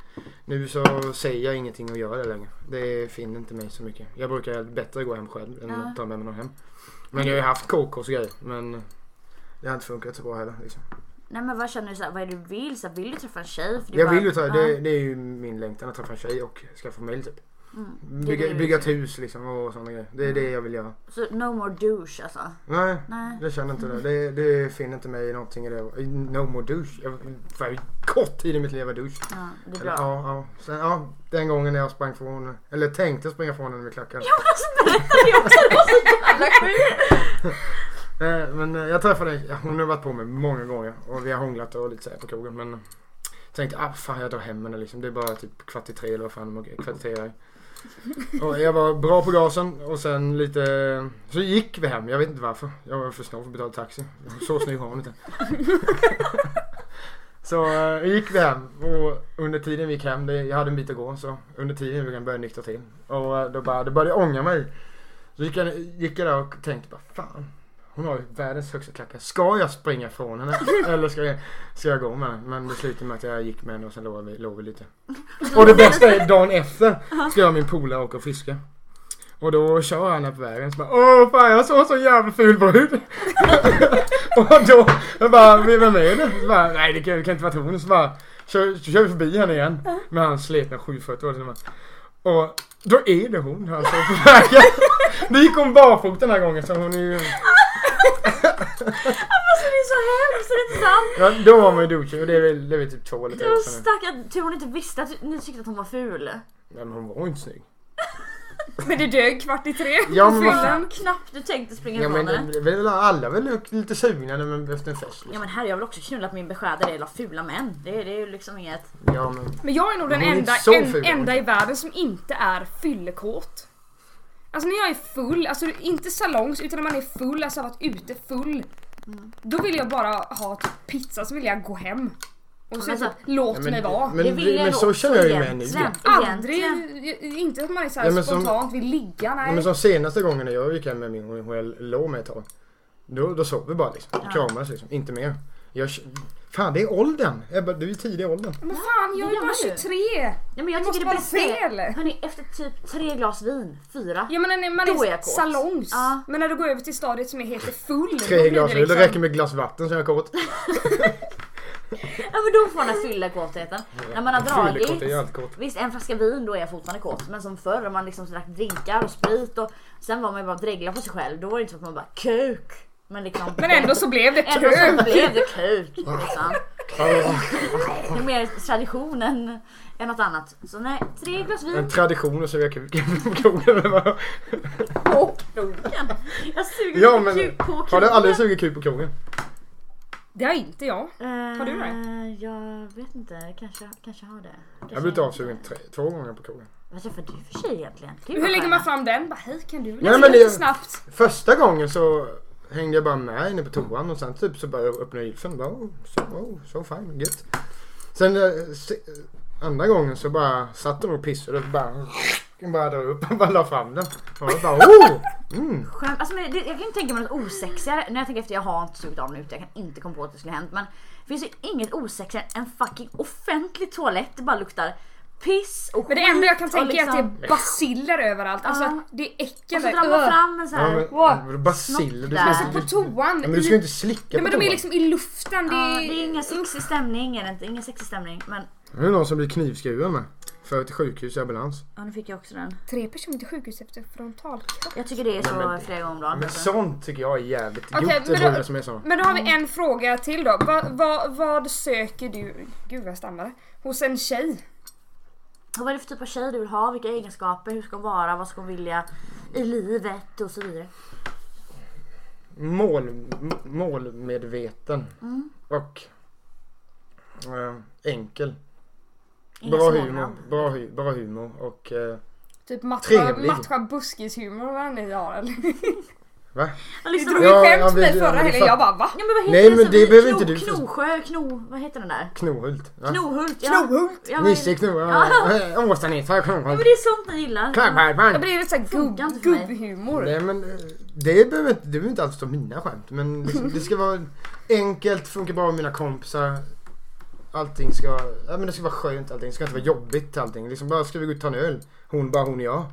[SPEAKER 3] nu så säger jag ingenting och gör det längre. Det finner inte mig så mycket. Jag brukar bättre gå hem själv än
[SPEAKER 2] Ja.
[SPEAKER 3] att ta med mig någon hem. Men jag har ju haft KKs och grejer. Men det har inte funkat så bra heller. Liksom.
[SPEAKER 2] Nej men vad känner du såhär, vad är det du vill? Så här, vill du träffa en tjej? För det är
[SPEAKER 3] Jag
[SPEAKER 2] bara-
[SPEAKER 3] vill ju ta,
[SPEAKER 2] Ja.
[SPEAKER 3] det, det är ju min längtan att träffa en tjej och skaffa familj typ.
[SPEAKER 2] Mm.
[SPEAKER 3] Bygga, bygga ett hus liksom och sådana grejer. Det är det jag vill göra.
[SPEAKER 2] Så no more douche alltså.
[SPEAKER 3] Nej,
[SPEAKER 2] Nej.
[SPEAKER 3] jag känner inte det. Det, det finner inte mig i någonting i det. I No more douche. Jag, för kort tid i mitt liv var douche.
[SPEAKER 2] Ja, det är
[SPEAKER 3] Eller,
[SPEAKER 2] bra.
[SPEAKER 3] ja, ja. Sen, ja, den gången när jag sprang från henne. Eller tänkte springa från henne med klackar.
[SPEAKER 2] Alltså berättade jag också, det var så jävla sjukt.
[SPEAKER 3] Eh, Men eh, jag träffade ja, hon har varit på mig många gånger och vi har hånglat och lite så här på krogen men tänkte ah fan jag drar hem henne liksom. Det är bara typ kvart i tre eller vad fan de är, kvart i tre. Och jag var bra på gasen och sen lite så gick vi hem. Jag vet inte varför. Jag var för snabb för att betala taxi. Så snygg var hon inte. Så eh, gick vi hem och under tiden vi gick hem, det, jag hade en bit att gå så under tiden vi kan börja nyktra till. Och eh, då bara, det började ånga mig. Så gick jag, gick jag där och tänkte bara fan. Hon har ju världens högsta klackar. Ska jag springa från henne eller ska jag, ska jag gå med henne? Men det slutade med att jag gick med henne och sen låg vi, låg vi lite. Och det bästa är dagen efter ska jag och min polare åka och fiska. Och då kör han här på vägen så bara Åh fan jag såg en så jävla ful brud! och då jag bara vem är det? Så bara, Nej det kan, det kan inte vara hon. Så bara kör, så kör vi förbi henne igen med hans slitna 740 och så bara, Och då är det hon alltså på vägen. Nu gick hon barfota den här gången så hon är ju
[SPEAKER 2] Alltså det är så hemskt, det är inte sant.
[SPEAKER 3] Ja, då var man ju douche och det är väl, det är väl typ två eller tre
[SPEAKER 2] Det var
[SPEAKER 3] år sedan.
[SPEAKER 2] stackars, tur Typ, hon inte visste att ni tyckte att hon var ful.
[SPEAKER 3] nu. Men hon var ju inte snygg.
[SPEAKER 1] Men det dög kvart i tre
[SPEAKER 3] Ja,
[SPEAKER 1] på
[SPEAKER 3] men vad fan.
[SPEAKER 1] fyllan.
[SPEAKER 2] Knappt du tänkte springa
[SPEAKER 3] Ja,
[SPEAKER 2] ifrån
[SPEAKER 3] men det,
[SPEAKER 2] henne.
[SPEAKER 3] det, är väl- alla är väl lite sugna när man, efter en fest.
[SPEAKER 2] Ja
[SPEAKER 3] Liksom.
[SPEAKER 2] men herre jag vill också knullat min beskärda del av fula män. Det, det är ju liksom inget...
[SPEAKER 3] Ja, men,
[SPEAKER 1] Men jag är nog den
[SPEAKER 3] Hon är
[SPEAKER 1] enda,
[SPEAKER 3] så
[SPEAKER 1] en,
[SPEAKER 3] ful.
[SPEAKER 1] enda i världen som inte är fyllekåt. Alltså när jag är full, alltså inte salongs utan när man är full, alltså har varit ute full. Då vill jag bara ha typ pizza så vill jag gå hem. Och så
[SPEAKER 2] Men
[SPEAKER 1] typ,
[SPEAKER 2] alltså-
[SPEAKER 1] låt
[SPEAKER 3] ja,
[SPEAKER 1] mig
[SPEAKER 3] men,
[SPEAKER 1] vara.
[SPEAKER 3] men,
[SPEAKER 2] det vill jag
[SPEAKER 3] men
[SPEAKER 2] nog
[SPEAKER 3] så känner jag ju liksom. med nu.
[SPEAKER 2] egentligen.
[SPEAKER 1] Aldrig,
[SPEAKER 2] Egentligen.
[SPEAKER 1] inte att man är så här
[SPEAKER 3] Ja, men som-
[SPEAKER 1] spontant vill ligga, nej.
[SPEAKER 3] Ja, men som senaste gången när jag gick hem med min och jag låg med ett tag. Då, då sov vi bara liksom. Kramades liksom. Inte mer. Jag, fan det är åldern. Ebba du är tidig i åldern.
[SPEAKER 1] Men fan, jag är
[SPEAKER 2] Ja,
[SPEAKER 1] bara
[SPEAKER 2] men du.
[SPEAKER 1] 23!
[SPEAKER 2] Nej men jag tycker
[SPEAKER 1] Det måste
[SPEAKER 2] det
[SPEAKER 1] vara
[SPEAKER 2] bästa är...
[SPEAKER 1] fel.
[SPEAKER 2] Hörni, efter typ tre glas vin, fyra.
[SPEAKER 1] Ja men när man
[SPEAKER 2] Då är
[SPEAKER 1] är,
[SPEAKER 2] jag kåt.
[SPEAKER 1] salongs.
[SPEAKER 2] Ja.
[SPEAKER 1] Men när du går över till stadiet som är helt full. då
[SPEAKER 3] Tre
[SPEAKER 1] blir
[SPEAKER 3] glas
[SPEAKER 1] det
[SPEAKER 3] öl. Det
[SPEAKER 1] liksom-
[SPEAKER 3] räcker med ett glas vatten så jag är kort.
[SPEAKER 2] Ja men då får den här fyllekåtheten. När man har
[SPEAKER 3] Fyllekort är ju
[SPEAKER 2] dragit.
[SPEAKER 3] alltid kort.
[SPEAKER 2] Visst en flaska vin då är jag fortfarande kåt. Men som förr om man liksom drack drinkar och sprit och sen var man ju bara dregla på sig själv. Då var det inte så att man bara kuk. Men liksom.
[SPEAKER 1] Men ändå så blev det
[SPEAKER 2] Ändå
[SPEAKER 1] kö.
[SPEAKER 2] så blev det kuk. Liksom. Det är mer tradition än, än något annat. Så nej, tre glas
[SPEAKER 3] En
[SPEAKER 2] vin.
[SPEAKER 3] tradition att suga kuken på krogen.
[SPEAKER 2] Och kroken. Jag suger
[SPEAKER 3] Ja,
[SPEAKER 2] lite
[SPEAKER 3] men-
[SPEAKER 2] kuk på
[SPEAKER 3] Har du aldrig
[SPEAKER 2] kroken.
[SPEAKER 3] sugit kuk på krogen?
[SPEAKER 1] Det har inte jag.
[SPEAKER 2] Har
[SPEAKER 1] du det?
[SPEAKER 2] Eh, Jag vet inte, kanske, kanske har det. Kanske
[SPEAKER 3] Jag har blivit avsugen tre, två gånger på krogen.
[SPEAKER 2] Vad träffar du för tjej egentligen? Gud,
[SPEAKER 1] Hur
[SPEAKER 2] vad
[SPEAKER 1] lägger
[SPEAKER 2] skönt.
[SPEAKER 1] man fram den? Bara hej kan du
[SPEAKER 3] Nej,
[SPEAKER 1] läsa
[SPEAKER 3] men
[SPEAKER 1] lite
[SPEAKER 3] det-
[SPEAKER 1] snabbt?
[SPEAKER 3] Första gången så hängde jag bara med inne på toan och sen typ så började jag öppna gylfen. Bara, Oh, så, oh, så fine, gött. Sen eh, se- eh, andra gången så bara satt hon och pissade och bara, bara drog upp och bara la fram den. Och jag bara oh! Mm.
[SPEAKER 2] Skönt. Alltså, men det, jag kan inte tänka mig något osexigare. När jag tänker efter, jag har inte sugit av den ute. Jag kan inte komma på att det skulle ha hänt. Men det finns ju inget osexigare än fucking offentlig toalett. Det bara luktar piss och
[SPEAKER 1] Men det
[SPEAKER 2] skit
[SPEAKER 1] enda jag kan
[SPEAKER 2] och
[SPEAKER 1] tänka är
[SPEAKER 2] liksom-
[SPEAKER 1] att det är basiller överallt. Alltså
[SPEAKER 2] Ja.
[SPEAKER 1] det är
[SPEAKER 2] Och
[SPEAKER 1] äckel
[SPEAKER 2] så
[SPEAKER 1] där.
[SPEAKER 2] drar man
[SPEAKER 1] Ugh.
[SPEAKER 2] fram en så
[SPEAKER 3] Ja,
[SPEAKER 2] här.
[SPEAKER 3] men,
[SPEAKER 1] Wow.
[SPEAKER 3] men Basiller, du
[SPEAKER 2] Snopp
[SPEAKER 3] ska,
[SPEAKER 2] där.
[SPEAKER 1] På
[SPEAKER 3] inte-
[SPEAKER 1] toan.
[SPEAKER 3] men du ska ju inte slicka
[SPEAKER 1] Nej,
[SPEAKER 3] på
[SPEAKER 1] men de är
[SPEAKER 3] toan.
[SPEAKER 1] liksom i luften. Det
[SPEAKER 2] Ja,
[SPEAKER 1] är,
[SPEAKER 2] det är ingen sexig stämning är det inte. Ingen sexig stämning. Men
[SPEAKER 3] Det är någon som blir knivskuren med. För till sjukhus i ambulans.
[SPEAKER 2] ja, nu fick jag också den.
[SPEAKER 1] tre personer till sjukhus efter frontalkrock.
[SPEAKER 2] Jag tycker det är
[SPEAKER 3] Men- men-
[SPEAKER 2] så flera gånger om dagen.
[SPEAKER 3] Men
[SPEAKER 2] alltså.
[SPEAKER 3] sånt tycker jag är jävligt
[SPEAKER 1] Okej,
[SPEAKER 3] gott. Det
[SPEAKER 1] men
[SPEAKER 3] brudar
[SPEAKER 1] då-
[SPEAKER 3] som är så.
[SPEAKER 1] Men då har vi en fråga till då. Va, va, vad söker du, gud vad jag stammade, hos en tjej?
[SPEAKER 2] Och vad är det för typ av tjej du vill ha? Vilka egenskaper? Hur ska hon vara? Vad ska hon vilja i livet? Och så vidare.
[SPEAKER 3] mål, m- målmedveten
[SPEAKER 2] Mm.
[SPEAKER 3] och eh, enkel.
[SPEAKER 2] Inga
[SPEAKER 3] Bra humor,
[SPEAKER 2] smågnabb.
[SPEAKER 3] bra, hu- bra humor och eh,
[SPEAKER 1] Typ matcha,
[SPEAKER 3] Trevlig.
[SPEAKER 1] matcha buskishumor vad ni har eller?
[SPEAKER 2] Liksom. Ja,
[SPEAKER 1] Du
[SPEAKER 2] liksom-
[SPEAKER 1] drog
[SPEAKER 3] Ja,
[SPEAKER 1] ju skämt
[SPEAKER 3] ja, vi-
[SPEAKER 1] med
[SPEAKER 3] vi-
[SPEAKER 1] förra
[SPEAKER 3] vi-
[SPEAKER 1] helgen, jag bara va?
[SPEAKER 2] Ja, men vad heter
[SPEAKER 3] Nej, men
[SPEAKER 2] så-
[SPEAKER 3] det behöver inte
[SPEAKER 2] Kno-
[SPEAKER 3] du-
[SPEAKER 2] Gnosjö, Kno... Vad heter den där?
[SPEAKER 3] Knohult. Ja.
[SPEAKER 2] Knohult. ja.
[SPEAKER 1] Knohult.
[SPEAKER 2] Ja, men,
[SPEAKER 3] Nisse Knohult. Åsa-Nisse
[SPEAKER 2] ja, men det
[SPEAKER 3] Knohult.
[SPEAKER 2] är sånt ni gillar.
[SPEAKER 1] Det
[SPEAKER 3] Klackpajpan.
[SPEAKER 1] blir lite såhär
[SPEAKER 2] Funkar inte
[SPEAKER 1] gubb,
[SPEAKER 2] för mig.
[SPEAKER 1] gubbhumor.
[SPEAKER 3] Nej men eh, det behöver inte, det behöver inte alls vara mina skämt men liksom, det ska vara enkelt, funkar bra med mina kompisar. Allting ska, ja, men det ska vara skönt allting, det ska inte vara jobbigt allting. Liksom bara ska vi gå ut och ta en öl, hon, bara hon och jag.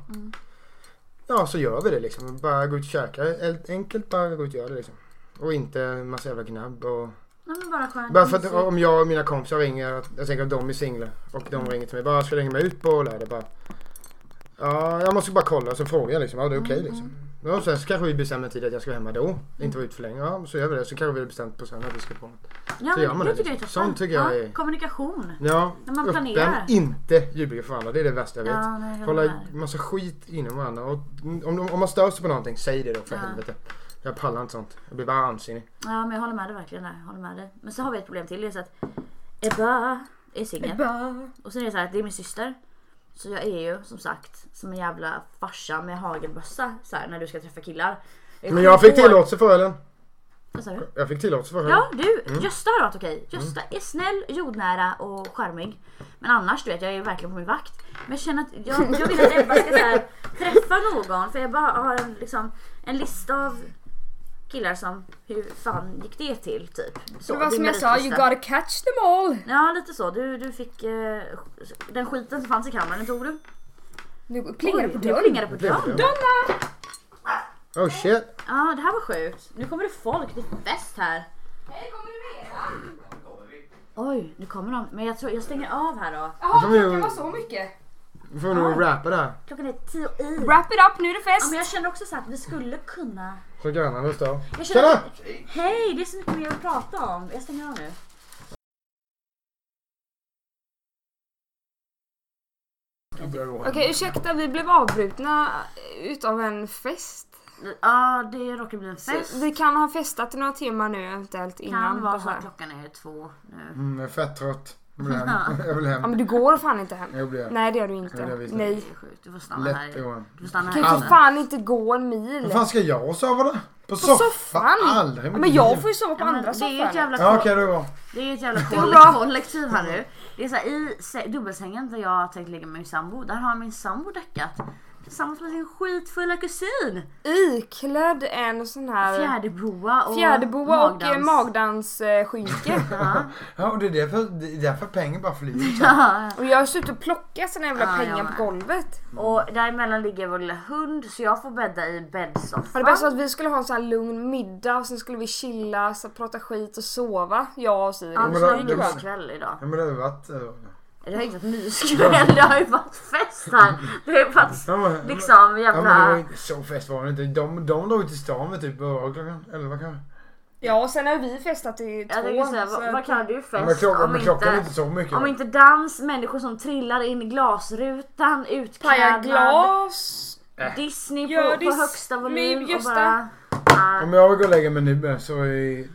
[SPEAKER 3] Ja så gör vi det liksom, bara gå ut och käka, Helt enkelt bara gå ut och göra det liksom. Och inte massa jävla gnabb och...
[SPEAKER 2] Nej, men bara skönt.
[SPEAKER 3] Bara för att
[SPEAKER 2] mysigt.
[SPEAKER 3] om jag och mina
[SPEAKER 2] Mm.
[SPEAKER 3] kompisar ringer, jag tänker att de är singlar och de ringer till mig, bara ska du hänga med ut på lördag? Bara, Ja, jag måste bara kolla och så frågar jag liksom. Ja, det är okej liksom.
[SPEAKER 2] Mm.
[SPEAKER 3] Ja, sen så kanske vi bestämmer en tid att jag ska vara hemma då. Inte vara ute för länge. Ja, så gör vi det. Så kanske vi har bestämt på sen att vi ska på något.
[SPEAKER 2] Ja,
[SPEAKER 3] Så gör man
[SPEAKER 2] det
[SPEAKER 3] det
[SPEAKER 2] tycker jag är
[SPEAKER 3] liksom.
[SPEAKER 2] toppen.
[SPEAKER 3] Sånt tycker jag är-
[SPEAKER 2] Kommunikation.
[SPEAKER 3] Ja,
[SPEAKER 2] När man
[SPEAKER 3] öppen,
[SPEAKER 2] planerar.
[SPEAKER 3] inte ljuglig för varandra. Det är det värsta jag vet.
[SPEAKER 2] Ja, nej, jag
[SPEAKER 3] Hålla
[SPEAKER 2] håller med.
[SPEAKER 3] massa skit inom varandra. Och om, om man stör sig på någonting, säg det då för
[SPEAKER 2] Ja.
[SPEAKER 3] helvete. Jag pallar inte sånt. Jag blir bara vansinnig.
[SPEAKER 2] Ja, men jag håller med dig verkligen där. Jag håller med dig. Men så har vi ett problem till. Det är så att Ebba är singel.
[SPEAKER 1] Bara-
[SPEAKER 2] Och sen är det så här att det är min syster. Så jag är ju som sagt som en jävla farsa med hagelbössa så här, när du ska träffa killar. är
[SPEAKER 3] Men jag fick
[SPEAKER 2] skithård.
[SPEAKER 3] tillåtelse för ölen.
[SPEAKER 2] Vad sa du?
[SPEAKER 3] Jag fick tillåtelse för Mm. ölen.
[SPEAKER 2] Ja, du. Gösta har varit okej. Gösta är snäll, jordnära och charmig. Men annars, du vet, jag är verkligen på min vakt. Men jag känner att jag, jag vill att Ebba ska så här, träffa någon. För jag bara har en, liksom, en lista av killar som, hur fan gick det till? Typ. Så,
[SPEAKER 1] Det var
[SPEAKER 2] din
[SPEAKER 1] som jag sa, you
[SPEAKER 2] meritlista.
[SPEAKER 1] gotta catch them all.
[SPEAKER 2] Ja, lite så. Du, du fick eh, den skiten som fanns i kameran, den tog du.
[SPEAKER 1] Nu plingar det på
[SPEAKER 2] Oj,
[SPEAKER 1] dörren.
[SPEAKER 2] plingade på
[SPEAKER 3] Det blev
[SPEAKER 2] dörren.
[SPEAKER 3] det. Oh shit.
[SPEAKER 2] Ja, det här var sjukt. Nu kommer det folk, det är fest här. Oj, nu kommer de. Men jag tror jag stänger av här då.
[SPEAKER 1] Jaha,
[SPEAKER 3] Som ju-
[SPEAKER 1] klockan var så mycket.
[SPEAKER 3] Vi får nog rappa det här.
[SPEAKER 2] Klockan är tio i.
[SPEAKER 1] Wrap it up, nu är det
[SPEAKER 2] Ja,
[SPEAKER 1] fest.
[SPEAKER 2] men jag känner också så här att vi skulle kunna...
[SPEAKER 3] Så grannarna står.
[SPEAKER 2] Jag känner...
[SPEAKER 3] Tjena!
[SPEAKER 2] Hej, det är så mycket mer att prata om. Jag stänger av nu.
[SPEAKER 1] Okej, ursäkta vi blev avbrutna eh, utav en fest.
[SPEAKER 2] Ja, det råkar bli en fest.
[SPEAKER 1] Vi kan ha festat i några timmar nu eventuellt
[SPEAKER 2] Det
[SPEAKER 1] innan.
[SPEAKER 2] kan vara så
[SPEAKER 1] bara.
[SPEAKER 2] att klockan är två nu.
[SPEAKER 3] Mm, jag är fett trött. Jag vill hem. Jag vill
[SPEAKER 1] Ja
[SPEAKER 3] hem.
[SPEAKER 1] men du går fan inte hem.
[SPEAKER 3] Jag blir hem.
[SPEAKER 1] Nej det gör du
[SPEAKER 3] Ja, det
[SPEAKER 1] inte.
[SPEAKER 3] gör vi inte.
[SPEAKER 1] Nej.
[SPEAKER 2] Det är sjukt. Du får stanna här.
[SPEAKER 3] Lätt
[SPEAKER 2] Du
[SPEAKER 3] Johan.
[SPEAKER 2] får stanna här.
[SPEAKER 1] Du kan ju för
[SPEAKER 2] inne.
[SPEAKER 1] fan inte gå en mil.
[SPEAKER 3] Vad fan ska jag sova då? På
[SPEAKER 1] På
[SPEAKER 3] soffan?
[SPEAKER 1] soffan?
[SPEAKER 3] Aldrig i
[SPEAKER 1] Ja,
[SPEAKER 3] mitt
[SPEAKER 1] men
[SPEAKER 3] liv.
[SPEAKER 1] jag får ju sova på
[SPEAKER 2] Ja, men
[SPEAKER 1] andra
[SPEAKER 2] det är ett
[SPEAKER 1] soffan.
[SPEAKER 2] jävla
[SPEAKER 3] Ja okej, det var.
[SPEAKER 2] Det är ett jävla
[SPEAKER 1] var
[SPEAKER 2] koll-
[SPEAKER 1] bra.
[SPEAKER 2] kollektiv här nu. Det är så här, i sä- dubbelsängen där jag tänkte ligga med min sambo, där har min sambo däckat. Tillsammans med sin skitfulla kusin.
[SPEAKER 1] Iklädd en sån här
[SPEAKER 2] Fjäderbroa och
[SPEAKER 1] fjäderboa och eh,
[SPEAKER 2] magdans.
[SPEAKER 1] magdansskynke.
[SPEAKER 2] Ja,
[SPEAKER 3] Ja och det är därför, det är därför pengar bara flyger.
[SPEAKER 2] ja.
[SPEAKER 1] Och jag har suttit och plockat såna jävla
[SPEAKER 2] Ja, jag
[SPEAKER 1] pengar
[SPEAKER 2] med.
[SPEAKER 1] på golvet.
[SPEAKER 2] och däremellan ligger vår lilla hund så jag får bädda i
[SPEAKER 1] Ja,
[SPEAKER 2] bäddsoffan.
[SPEAKER 1] det bästa var att vi skulle ha en sån här lugn middag och sen skulle vi chilla, så prata skit och sova. Jag och Siri.
[SPEAKER 2] Ja,
[SPEAKER 3] men
[SPEAKER 2] så det är
[SPEAKER 3] det-
[SPEAKER 2] ju
[SPEAKER 3] det-
[SPEAKER 2] myskväll idag.
[SPEAKER 3] Ja men det har ju varit... eh,
[SPEAKER 2] Det har ju inte varit myskväll, det har ju varit fest här. Det har ju varit
[SPEAKER 3] Ja, men,
[SPEAKER 2] liksom
[SPEAKER 3] ja, men det var
[SPEAKER 2] jävla...
[SPEAKER 3] ju, så fest var det inte. De, de drog ju till stan vid typ vad var klockan elva kanske.
[SPEAKER 1] Ja och sen har vi festat i två.
[SPEAKER 2] Jag tänker såhär,
[SPEAKER 1] så
[SPEAKER 2] vad, vad
[SPEAKER 1] att-
[SPEAKER 2] kallar du
[SPEAKER 3] Men,
[SPEAKER 2] fest
[SPEAKER 3] klockan,
[SPEAKER 2] om
[SPEAKER 3] men klockan är
[SPEAKER 2] inte...
[SPEAKER 3] inte så mycket.
[SPEAKER 2] Om inte dans, människor som trillar in i glasrutan,
[SPEAKER 1] Paja
[SPEAKER 2] utklädnad,
[SPEAKER 1] glas.
[SPEAKER 2] Disney på,
[SPEAKER 1] Gör
[SPEAKER 2] på
[SPEAKER 1] dis-
[SPEAKER 2] högsta volym
[SPEAKER 1] med
[SPEAKER 2] och
[SPEAKER 1] Gösta.
[SPEAKER 2] bara...
[SPEAKER 3] Om jag går och lägger mig nu eh, så är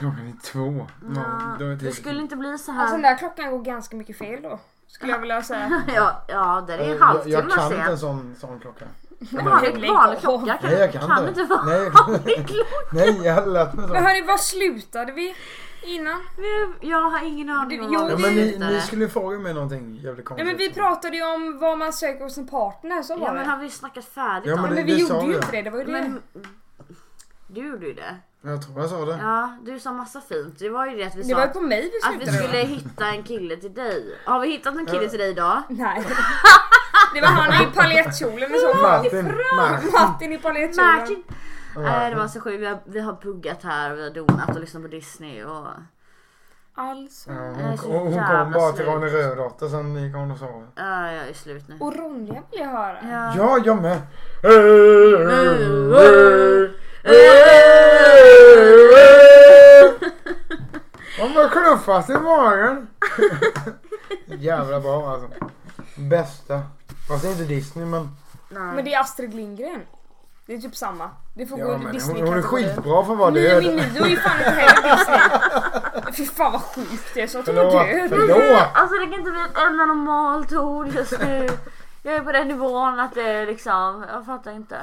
[SPEAKER 3] klockan är två. Ja, då är det
[SPEAKER 2] Det skulle inte bli så här.
[SPEAKER 1] Alltså den där klockan går ganska mycket fel då. Skulle jag vilja säga.
[SPEAKER 2] ja, ja, det är en
[SPEAKER 3] jag,
[SPEAKER 2] halvtimme
[SPEAKER 3] jag kan
[SPEAKER 2] sen.
[SPEAKER 3] inte en sån, sån klocka.
[SPEAKER 2] Det
[SPEAKER 1] Nej,
[SPEAKER 2] var en
[SPEAKER 1] lägg
[SPEAKER 2] vanlig
[SPEAKER 1] av.
[SPEAKER 2] klocka. Kan,
[SPEAKER 3] Nej jag kan,
[SPEAKER 2] kan
[SPEAKER 3] inte.
[SPEAKER 2] inte vara
[SPEAKER 3] Nej, jag kan,
[SPEAKER 2] vanlig klocka.
[SPEAKER 3] nej jag hade lärt mig
[SPEAKER 1] Men
[SPEAKER 3] så.
[SPEAKER 1] hörni, vad slutade vi innan?
[SPEAKER 2] Jag har ingen aning om
[SPEAKER 1] Jo,
[SPEAKER 2] vad
[SPEAKER 3] Ja,
[SPEAKER 2] vi
[SPEAKER 3] men ni,
[SPEAKER 2] slutade.
[SPEAKER 3] ni skulle ju fråga mig någonting jävligt
[SPEAKER 1] Nej
[SPEAKER 3] konstigt.
[SPEAKER 1] men vi pratade ju om vad man söker hos en partner, så var
[SPEAKER 2] Ja
[SPEAKER 1] det.
[SPEAKER 2] men har vi snackat färdigt
[SPEAKER 3] Ja,
[SPEAKER 2] om
[SPEAKER 3] men
[SPEAKER 1] Nej,
[SPEAKER 2] det?
[SPEAKER 1] men
[SPEAKER 3] det
[SPEAKER 1] vi
[SPEAKER 3] sa
[SPEAKER 1] gjorde ju
[SPEAKER 3] jag.
[SPEAKER 1] inte det, det var ju det.
[SPEAKER 2] Men, du gjorde ju det.
[SPEAKER 3] Jag tror jag sa det.
[SPEAKER 2] Ja, du sa massa fint. Det var ju det att vi
[SPEAKER 1] Det
[SPEAKER 2] sa
[SPEAKER 1] var ju
[SPEAKER 2] att,
[SPEAKER 1] på mig vi
[SPEAKER 2] att vi
[SPEAKER 1] slutade.
[SPEAKER 2] skulle hitta en kille till dig. Har vi hittat en kille till dig idag?
[SPEAKER 1] Nej. Det var han i paljettkjolen i så fall.
[SPEAKER 3] Martin, Martin.
[SPEAKER 1] Martin i paljettkjolen.
[SPEAKER 2] Martin! Nej, det var så sjukt. Vi har, vi har puggat här och vi har donat och lyssnat på Disney och...
[SPEAKER 1] Alltså.
[SPEAKER 3] Ja,
[SPEAKER 2] Jag är
[SPEAKER 3] hon,
[SPEAKER 2] så
[SPEAKER 3] hon kom
[SPEAKER 2] jävla
[SPEAKER 3] bara till
[SPEAKER 2] slut.
[SPEAKER 3] Ronny Rövardotter sen ni kom och sov.
[SPEAKER 2] Ja, jag är slut nu.
[SPEAKER 1] Och Ronja vill jag höra.
[SPEAKER 2] Ja.
[SPEAKER 3] Ja, jag med. Hon bara knuffas i magen. Jävla bra alltså. Bästa. Fast det är inte Disney men.
[SPEAKER 1] Men det är Astrid Lindgren. Det är typ samma. Det får gå
[SPEAKER 3] Ja,
[SPEAKER 1] under
[SPEAKER 3] men hon, hon är
[SPEAKER 1] Disney-kategorin.
[SPEAKER 3] skitbra för att vara
[SPEAKER 1] Mio min
[SPEAKER 3] död.
[SPEAKER 1] Mio är ju fan inte heller Disney. Fy fan vad sjukt det är, så att hon
[SPEAKER 3] Förlåt,
[SPEAKER 1] är död.
[SPEAKER 3] förlåt.
[SPEAKER 2] Alltså det kan inte bli ett enda normalt ord just nu. Jag är på den nivån att det är liksom, jag fattar inte.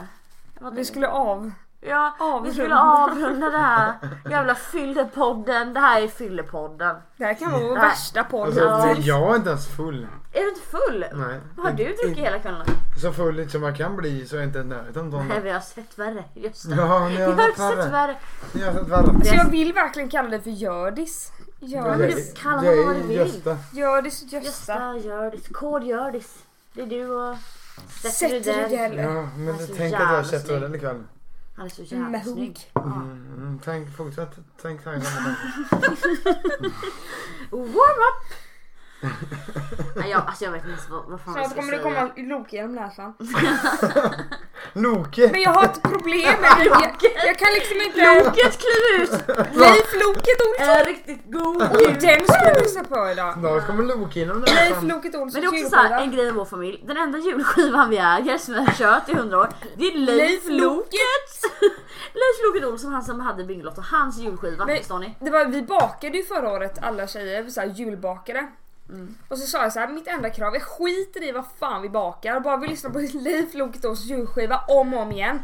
[SPEAKER 2] Jag fattar
[SPEAKER 1] Vi
[SPEAKER 2] inte.
[SPEAKER 1] skulle av.
[SPEAKER 2] ja, vi
[SPEAKER 1] avrunda.
[SPEAKER 2] skulle avrunda det här jävla fyllepodden. Det här är fyllepodden.
[SPEAKER 1] Det här kan vara vår
[SPEAKER 2] Nej.
[SPEAKER 1] värsta podd
[SPEAKER 3] Alltså,
[SPEAKER 1] hittills.
[SPEAKER 3] jag är inte ens full.
[SPEAKER 2] Är du inte full?
[SPEAKER 3] Nej.
[SPEAKER 2] Vad har du
[SPEAKER 1] Mm.
[SPEAKER 2] druckit hela kvällen?
[SPEAKER 3] Så full som jag kan bli så är jag inte i närheten av
[SPEAKER 1] Mm.
[SPEAKER 3] någon.
[SPEAKER 2] Nej vi har sett värre. Just det.
[SPEAKER 3] Ja, ni
[SPEAKER 2] Vi
[SPEAKER 3] har
[SPEAKER 2] har
[SPEAKER 3] sett
[SPEAKER 2] sett
[SPEAKER 3] värre.
[SPEAKER 2] värre. Alltså,
[SPEAKER 3] Ni har sett värre.
[SPEAKER 1] Så jag vill verkligen kalla det för Gördis.
[SPEAKER 2] men du
[SPEAKER 1] Gördis,
[SPEAKER 2] kallar
[SPEAKER 3] det
[SPEAKER 2] honom
[SPEAKER 3] är
[SPEAKER 2] vad du vill.
[SPEAKER 3] Gösta.
[SPEAKER 1] Gördis och Gösta.
[SPEAKER 2] Gösta Hjördis. Kod Hjördis. Det är du och Seth
[SPEAKER 1] Sätter du
[SPEAKER 2] Rydell.
[SPEAKER 1] det
[SPEAKER 3] Ja,
[SPEAKER 2] Han
[SPEAKER 3] men
[SPEAKER 2] är så
[SPEAKER 3] tänk att jag har
[SPEAKER 2] jävla
[SPEAKER 3] sett
[SPEAKER 2] snygg.
[SPEAKER 3] ölen ikväll.
[SPEAKER 2] Han är så jävla
[SPEAKER 1] med
[SPEAKER 2] snygg.
[SPEAKER 1] hugg.
[SPEAKER 3] Mm, mm, tänk, fortsätt. Tänk tanken.
[SPEAKER 2] Warm up! Nej, jag, alltså jag vet inte vad, vad fan jag
[SPEAKER 1] Snart
[SPEAKER 2] ska
[SPEAKER 1] kommer det
[SPEAKER 2] säga.
[SPEAKER 1] komma lok genom näsan.
[SPEAKER 3] Loke!
[SPEAKER 1] Men jag har ett problem med det. Jag, jag kan liksom inte...
[SPEAKER 2] Loket kliver ut!
[SPEAKER 1] Leif Loket Olsson!
[SPEAKER 2] En riktigt god
[SPEAKER 1] Och
[SPEAKER 2] jul.
[SPEAKER 1] den ska vi lyssna på idag.
[SPEAKER 3] Snart kommer Loke inom
[SPEAKER 1] Leif
[SPEAKER 3] näsan.
[SPEAKER 1] Loket Olsson
[SPEAKER 2] Men det är också så här, en grej i vår familj. Den enda julskivan vi äger som vi har kört i 100 år. Det är Leif
[SPEAKER 1] Leif
[SPEAKER 2] Loket. Leif Loket Olsson, han som hade Bingolotto. Hans julskiva,
[SPEAKER 1] Men-
[SPEAKER 2] förstår ni?
[SPEAKER 1] Det var, vi bakade ju förra året alla tjejer, vi så här, julbakade.
[SPEAKER 2] Mm.
[SPEAKER 1] Och så sa jag så här, mitt enda krav är skiter i vad fan vi bakar, bara vi lyssnar på Leif Loketås julskiva om och om igen.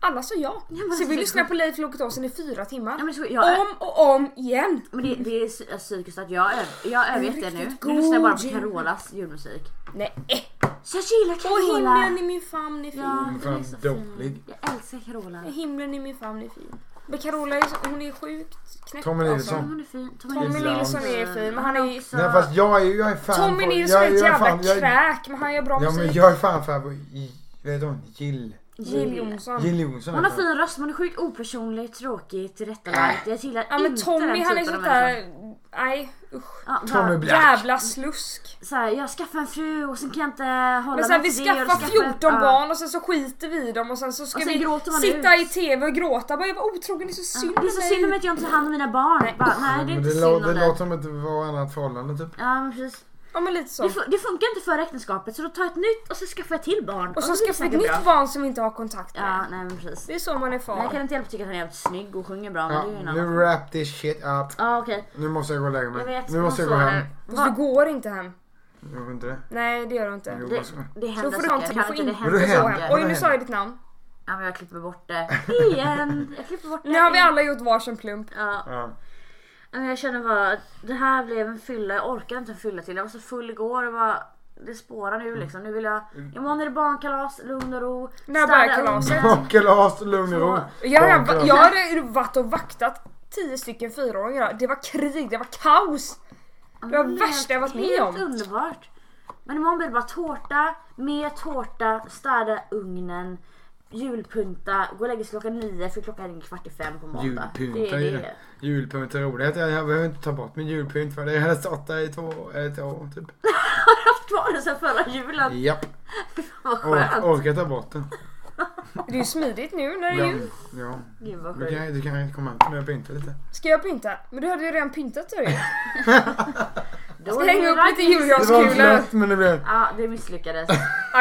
[SPEAKER 1] Alla sa ja.
[SPEAKER 2] men
[SPEAKER 1] så vi
[SPEAKER 2] det-
[SPEAKER 1] lyssnade på Leif Loketåsen i fyra timmar.
[SPEAKER 2] Ja, men, så, jag,
[SPEAKER 1] Om och om igen.
[SPEAKER 2] men det, det är psy- psykiskt att jag, över- jag har övergett det nu.
[SPEAKER 1] riktigt
[SPEAKER 2] Nu lyssnar jag bara
[SPEAKER 1] god
[SPEAKER 2] på Carolas julmusik.
[SPEAKER 1] Nej. eh.
[SPEAKER 2] Så jag gillar
[SPEAKER 1] Och
[SPEAKER 2] Carola.
[SPEAKER 1] himlen i min famn är fin.
[SPEAKER 2] Ja, hon är
[SPEAKER 3] Fan,
[SPEAKER 2] så fin.
[SPEAKER 3] dålig.
[SPEAKER 2] Jag älskar Carola.
[SPEAKER 1] Himlen i min famn är fin. Men Carola är, så- hon är sjukt knäpp alltså.
[SPEAKER 3] Tommy
[SPEAKER 2] Ja,
[SPEAKER 3] Nilsson.
[SPEAKER 2] Hon är fin. Tommy
[SPEAKER 1] Tommy
[SPEAKER 3] Nilsson.
[SPEAKER 1] Nilsson är fin, men han är ju...
[SPEAKER 2] också-
[SPEAKER 3] Nej fast jag är ju, jag är fan
[SPEAKER 1] Tommy
[SPEAKER 3] på-
[SPEAKER 1] Nilsson är ett
[SPEAKER 3] jag
[SPEAKER 1] jävla
[SPEAKER 3] fan- jag-
[SPEAKER 1] kräk, men han gör bra
[SPEAKER 3] Ja men
[SPEAKER 1] musik.
[SPEAKER 3] jag är fan fan på, i- vad heter hon? Jill.
[SPEAKER 1] Jill Johnson.
[SPEAKER 3] Jill Johnson.
[SPEAKER 2] Hon har
[SPEAKER 3] heter
[SPEAKER 2] fin röst men är sjukt opersonlig, tråkig, tillrättalagd. Jag gillar
[SPEAKER 1] Ja men
[SPEAKER 2] inte
[SPEAKER 1] Tommy
[SPEAKER 2] den
[SPEAKER 1] han är
[SPEAKER 2] typen av
[SPEAKER 1] sånt
[SPEAKER 2] människa.
[SPEAKER 1] där... Nej usch.
[SPEAKER 2] Ja,
[SPEAKER 3] Tommy
[SPEAKER 2] bara-
[SPEAKER 3] Black.
[SPEAKER 1] Jävla slusk.
[SPEAKER 2] så här, jag skaffar en fru och sen kan jag inte hålla
[SPEAKER 1] Men sen
[SPEAKER 2] mig
[SPEAKER 1] vi
[SPEAKER 2] till det och då
[SPEAKER 1] skaffar
[SPEAKER 2] skaffar jag-
[SPEAKER 1] 14
[SPEAKER 2] ja.
[SPEAKER 1] barn och sen så skiter vi i dem och sen så ska
[SPEAKER 2] Och sen gråter
[SPEAKER 1] vi
[SPEAKER 2] man
[SPEAKER 1] sitta
[SPEAKER 2] ut.
[SPEAKER 1] i TV och gråta. Bara, jag var otrogen, det är så synd
[SPEAKER 2] Det är så synd om att jag inte tar hand om mina barn. Nej, bara, nej det är
[SPEAKER 3] Men
[SPEAKER 2] inte
[SPEAKER 3] det,
[SPEAKER 2] synd
[SPEAKER 3] lå-
[SPEAKER 2] om
[SPEAKER 3] det
[SPEAKER 2] dig.
[SPEAKER 3] låter som ett varannat förhållande typ.
[SPEAKER 2] Ja, men precis.
[SPEAKER 1] Ja men lite
[SPEAKER 2] Det,
[SPEAKER 1] så.
[SPEAKER 2] fu- det funkar inte före äktenskapet så då tar jag ett nytt och så skaffar jag ett till barn.
[SPEAKER 1] Och
[SPEAKER 2] så
[SPEAKER 1] så ska
[SPEAKER 2] blir det
[SPEAKER 1] vi ett
[SPEAKER 2] säkert bra.
[SPEAKER 1] nytt barn som vi inte har kontakt
[SPEAKER 2] Ja,
[SPEAKER 1] med.
[SPEAKER 2] nej men precis.
[SPEAKER 1] Det är så man är
[SPEAKER 2] Men jag
[SPEAKER 1] far.
[SPEAKER 2] kan inte hjälpa att tycka att han är jävligt snygg och sjunger bra men
[SPEAKER 3] Ja,
[SPEAKER 2] det är ju en
[SPEAKER 3] nu
[SPEAKER 2] annan
[SPEAKER 3] wrap this shit up.
[SPEAKER 2] Ja okej.
[SPEAKER 3] Nu måste jag gå och lägga
[SPEAKER 2] Jag
[SPEAKER 3] mig.
[SPEAKER 2] vet.
[SPEAKER 3] Nu måste jag gå
[SPEAKER 2] man får
[SPEAKER 3] hem.
[SPEAKER 2] det.
[SPEAKER 1] Fast Alltså, du går inte hem.
[SPEAKER 3] Jag vet inte det.
[SPEAKER 1] Nej det gör du inte.
[SPEAKER 3] Jo,
[SPEAKER 2] Det,
[SPEAKER 3] alltså.
[SPEAKER 2] det
[SPEAKER 1] Då
[SPEAKER 2] händer
[SPEAKER 1] får du inte,
[SPEAKER 2] saker.
[SPEAKER 1] du
[SPEAKER 2] Kan
[SPEAKER 1] får
[SPEAKER 2] inte det
[SPEAKER 1] inte
[SPEAKER 3] Vadå
[SPEAKER 2] händer
[SPEAKER 1] gå
[SPEAKER 3] händer?
[SPEAKER 1] hem.
[SPEAKER 2] saker?
[SPEAKER 1] Oj nu sa jag ditt namn.
[SPEAKER 2] Ja men jag klipper bort det. Igen! Jag klipper bort det.
[SPEAKER 1] Nu har vi alla gjort varsin plump.
[SPEAKER 2] Ja,
[SPEAKER 3] Ja.
[SPEAKER 2] men Alltså, jag känner bara att det här blev en fylla. Jag orkar inte en fylla till. Jag var så full igår och bara det spårar
[SPEAKER 3] Mm.
[SPEAKER 2] nu liksom. Nu vill jag... Imorgon är det barnkalas, lugn och ro.
[SPEAKER 1] När
[SPEAKER 2] Städa
[SPEAKER 1] börjar kalaset?
[SPEAKER 2] undan.
[SPEAKER 3] Kalas, lugn och ro.
[SPEAKER 1] Jag har,
[SPEAKER 3] Barnkalas.
[SPEAKER 1] jag har varit och vaktat tio stycken fyraåringar. Det var krig, det var kaos. Det var
[SPEAKER 2] Men
[SPEAKER 1] det värsta jag varit med
[SPEAKER 2] helt
[SPEAKER 1] om.
[SPEAKER 2] underbart. Men imorgon blir det bara tårta, mer tårta, städa ugnen, julpunta, gå och lägga sig klockan nio för klockan är kvart i fem på måndag.
[SPEAKER 3] Julpynt är
[SPEAKER 2] Det
[SPEAKER 3] ju
[SPEAKER 2] är
[SPEAKER 3] det.
[SPEAKER 2] det.
[SPEAKER 3] Julpynt är roligt. Jag, jag behöver inte ta bort min julpynt för det har stått där i två, ett år typ.
[SPEAKER 2] Kvar det sen förra julen.
[SPEAKER 3] Japp.
[SPEAKER 2] Vad
[SPEAKER 3] Or-
[SPEAKER 2] skönt.
[SPEAKER 3] orkar ta bort den.
[SPEAKER 1] Det är ju smidigt nu när det är
[SPEAKER 3] Ja.
[SPEAKER 2] Mm.
[SPEAKER 1] jul.
[SPEAKER 3] ja.
[SPEAKER 2] Gud vad
[SPEAKER 3] Du
[SPEAKER 2] skönt.
[SPEAKER 3] kan, du kan komma hem till mig och pynta lite.
[SPEAKER 1] Ska jag pynta? Men du hade ju redan pyntat sa du ju.
[SPEAKER 2] Då
[SPEAKER 1] Ska
[SPEAKER 2] är det dags.
[SPEAKER 1] hänga Alltså, upp lite
[SPEAKER 3] Det var inte
[SPEAKER 1] julgranskulor.
[SPEAKER 3] lätt men det blev...
[SPEAKER 2] Ja, det misslyckades.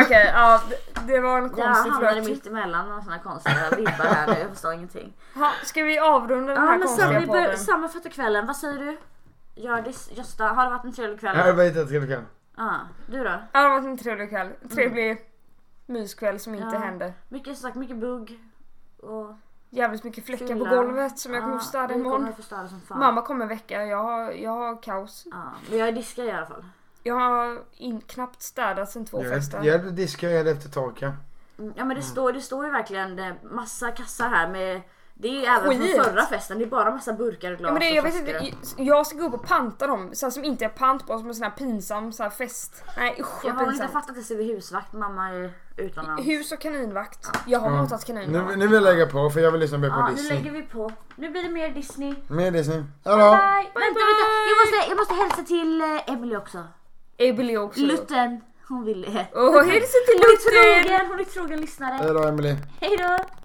[SPEAKER 1] Okej, ja d- det var en
[SPEAKER 2] Jag
[SPEAKER 1] konstig
[SPEAKER 2] hamnade
[SPEAKER 1] flört.
[SPEAKER 2] mitt emellan några sådana konstiga vibbar här nu. Jag förstår ingenting.
[SPEAKER 1] Ha, ska vi avrunda den
[SPEAKER 2] Ja,
[SPEAKER 1] här
[SPEAKER 2] men så,
[SPEAKER 1] konstiga
[SPEAKER 2] vi bör,
[SPEAKER 1] podden?
[SPEAKER 2] sammanfattar kvällen. Vad säger du? Gördis, Gösta, har det varit en trevlig kväll?
[SPEAKER 3] Jag vet inte vad jag kan.
[SPEAKER 2] Ja, du då?
[SPEAKER 1] Ja, det har varit en trevlig kväll. Trevlig myskväll som inte
[SPEAKER 2] Mm. Ja.
[SPEAKER 1] hände.
[SPEAKER 2] Mycket snack, mycket bugg. Och
[SPEAKER 1] Jävligt mycket fläckar
[SPEAKER 2] Fylla.
[SPEAKER 1] på golvet som jag
[SPEAKER 2] Ja,
[SPEAKER 1] kommer att städa
[SPEAKER 2] vi kommer
[SPEAKER 1] imorgon.
[SPEAKER 2] att förstöra som fan.
[SPEAKER 1] Mamma kommer en vecka, jag har, jag har kaos.
[SPEAKER 2] Ja, men jag är diskad i alla fall.
[SPEAKER 1] Jag har in, knappt städat sen två fester.
[SPEAKER 3] Jag hjälpte diska jag efter torka.
[SPEAKER 2] Mm, Ja men det, står, det står ju verkligen eh, massa kassar här med det är ju även
[SPEAKER 1] Skit.
[SPEAKER 2] från förra festen, det är bara massa burkar och glas
[SPEAKER 1] Ja, men det, jag,
[SPEAKER 2] och
[SPEAKER 1] vet
[SPEAKER 2] flaskor.
[SPEAKER 1] inte, jag ska gå upp och panta dem, så här, som inte är pant på, som en sån här pinsam så här, fest. Nej usch
[SPEAKER 2] Jag har
[SPEAKER 1] vad
[SPEAKER 2] väl inte
[SPEAKER 1] pinsamt.
[SPEAKER 2] fattat det så vi är husvakt, mamma är utomlands.
[SPEAKER 1] Hus och kaninvakt. Jag har hatat kaniner.
[SPEAKER 3] Nu, nu vill jag lägga på för jag vill lyssna mer på
[SPEAKER 2] Ja, nu lägger
[SPEAKER 3] Disney.
[SPEAKER 2] vi på. Nu blir det mer Disney.
[SPEAKER 3] Mer Disney. Hallå!
[SPEAKER 2] Bye. Vänta, vänta. Jag måste, jag måste hälsa till eh, Emily också.
[SPEAKER 1] Ebbeli också.
[SPEAKER 2] Lutten. Hon vill det.
[SPEAKER 1] Och hälsa till
[SPEAKER 2] Hon är
[SPEAKER 1] Lutten!
[SPEAKER 2] trogen, hon är trogen lyssnare.
[SPEAKER 3] Hej då Emelie.
[SPEAKER 2] Hej då.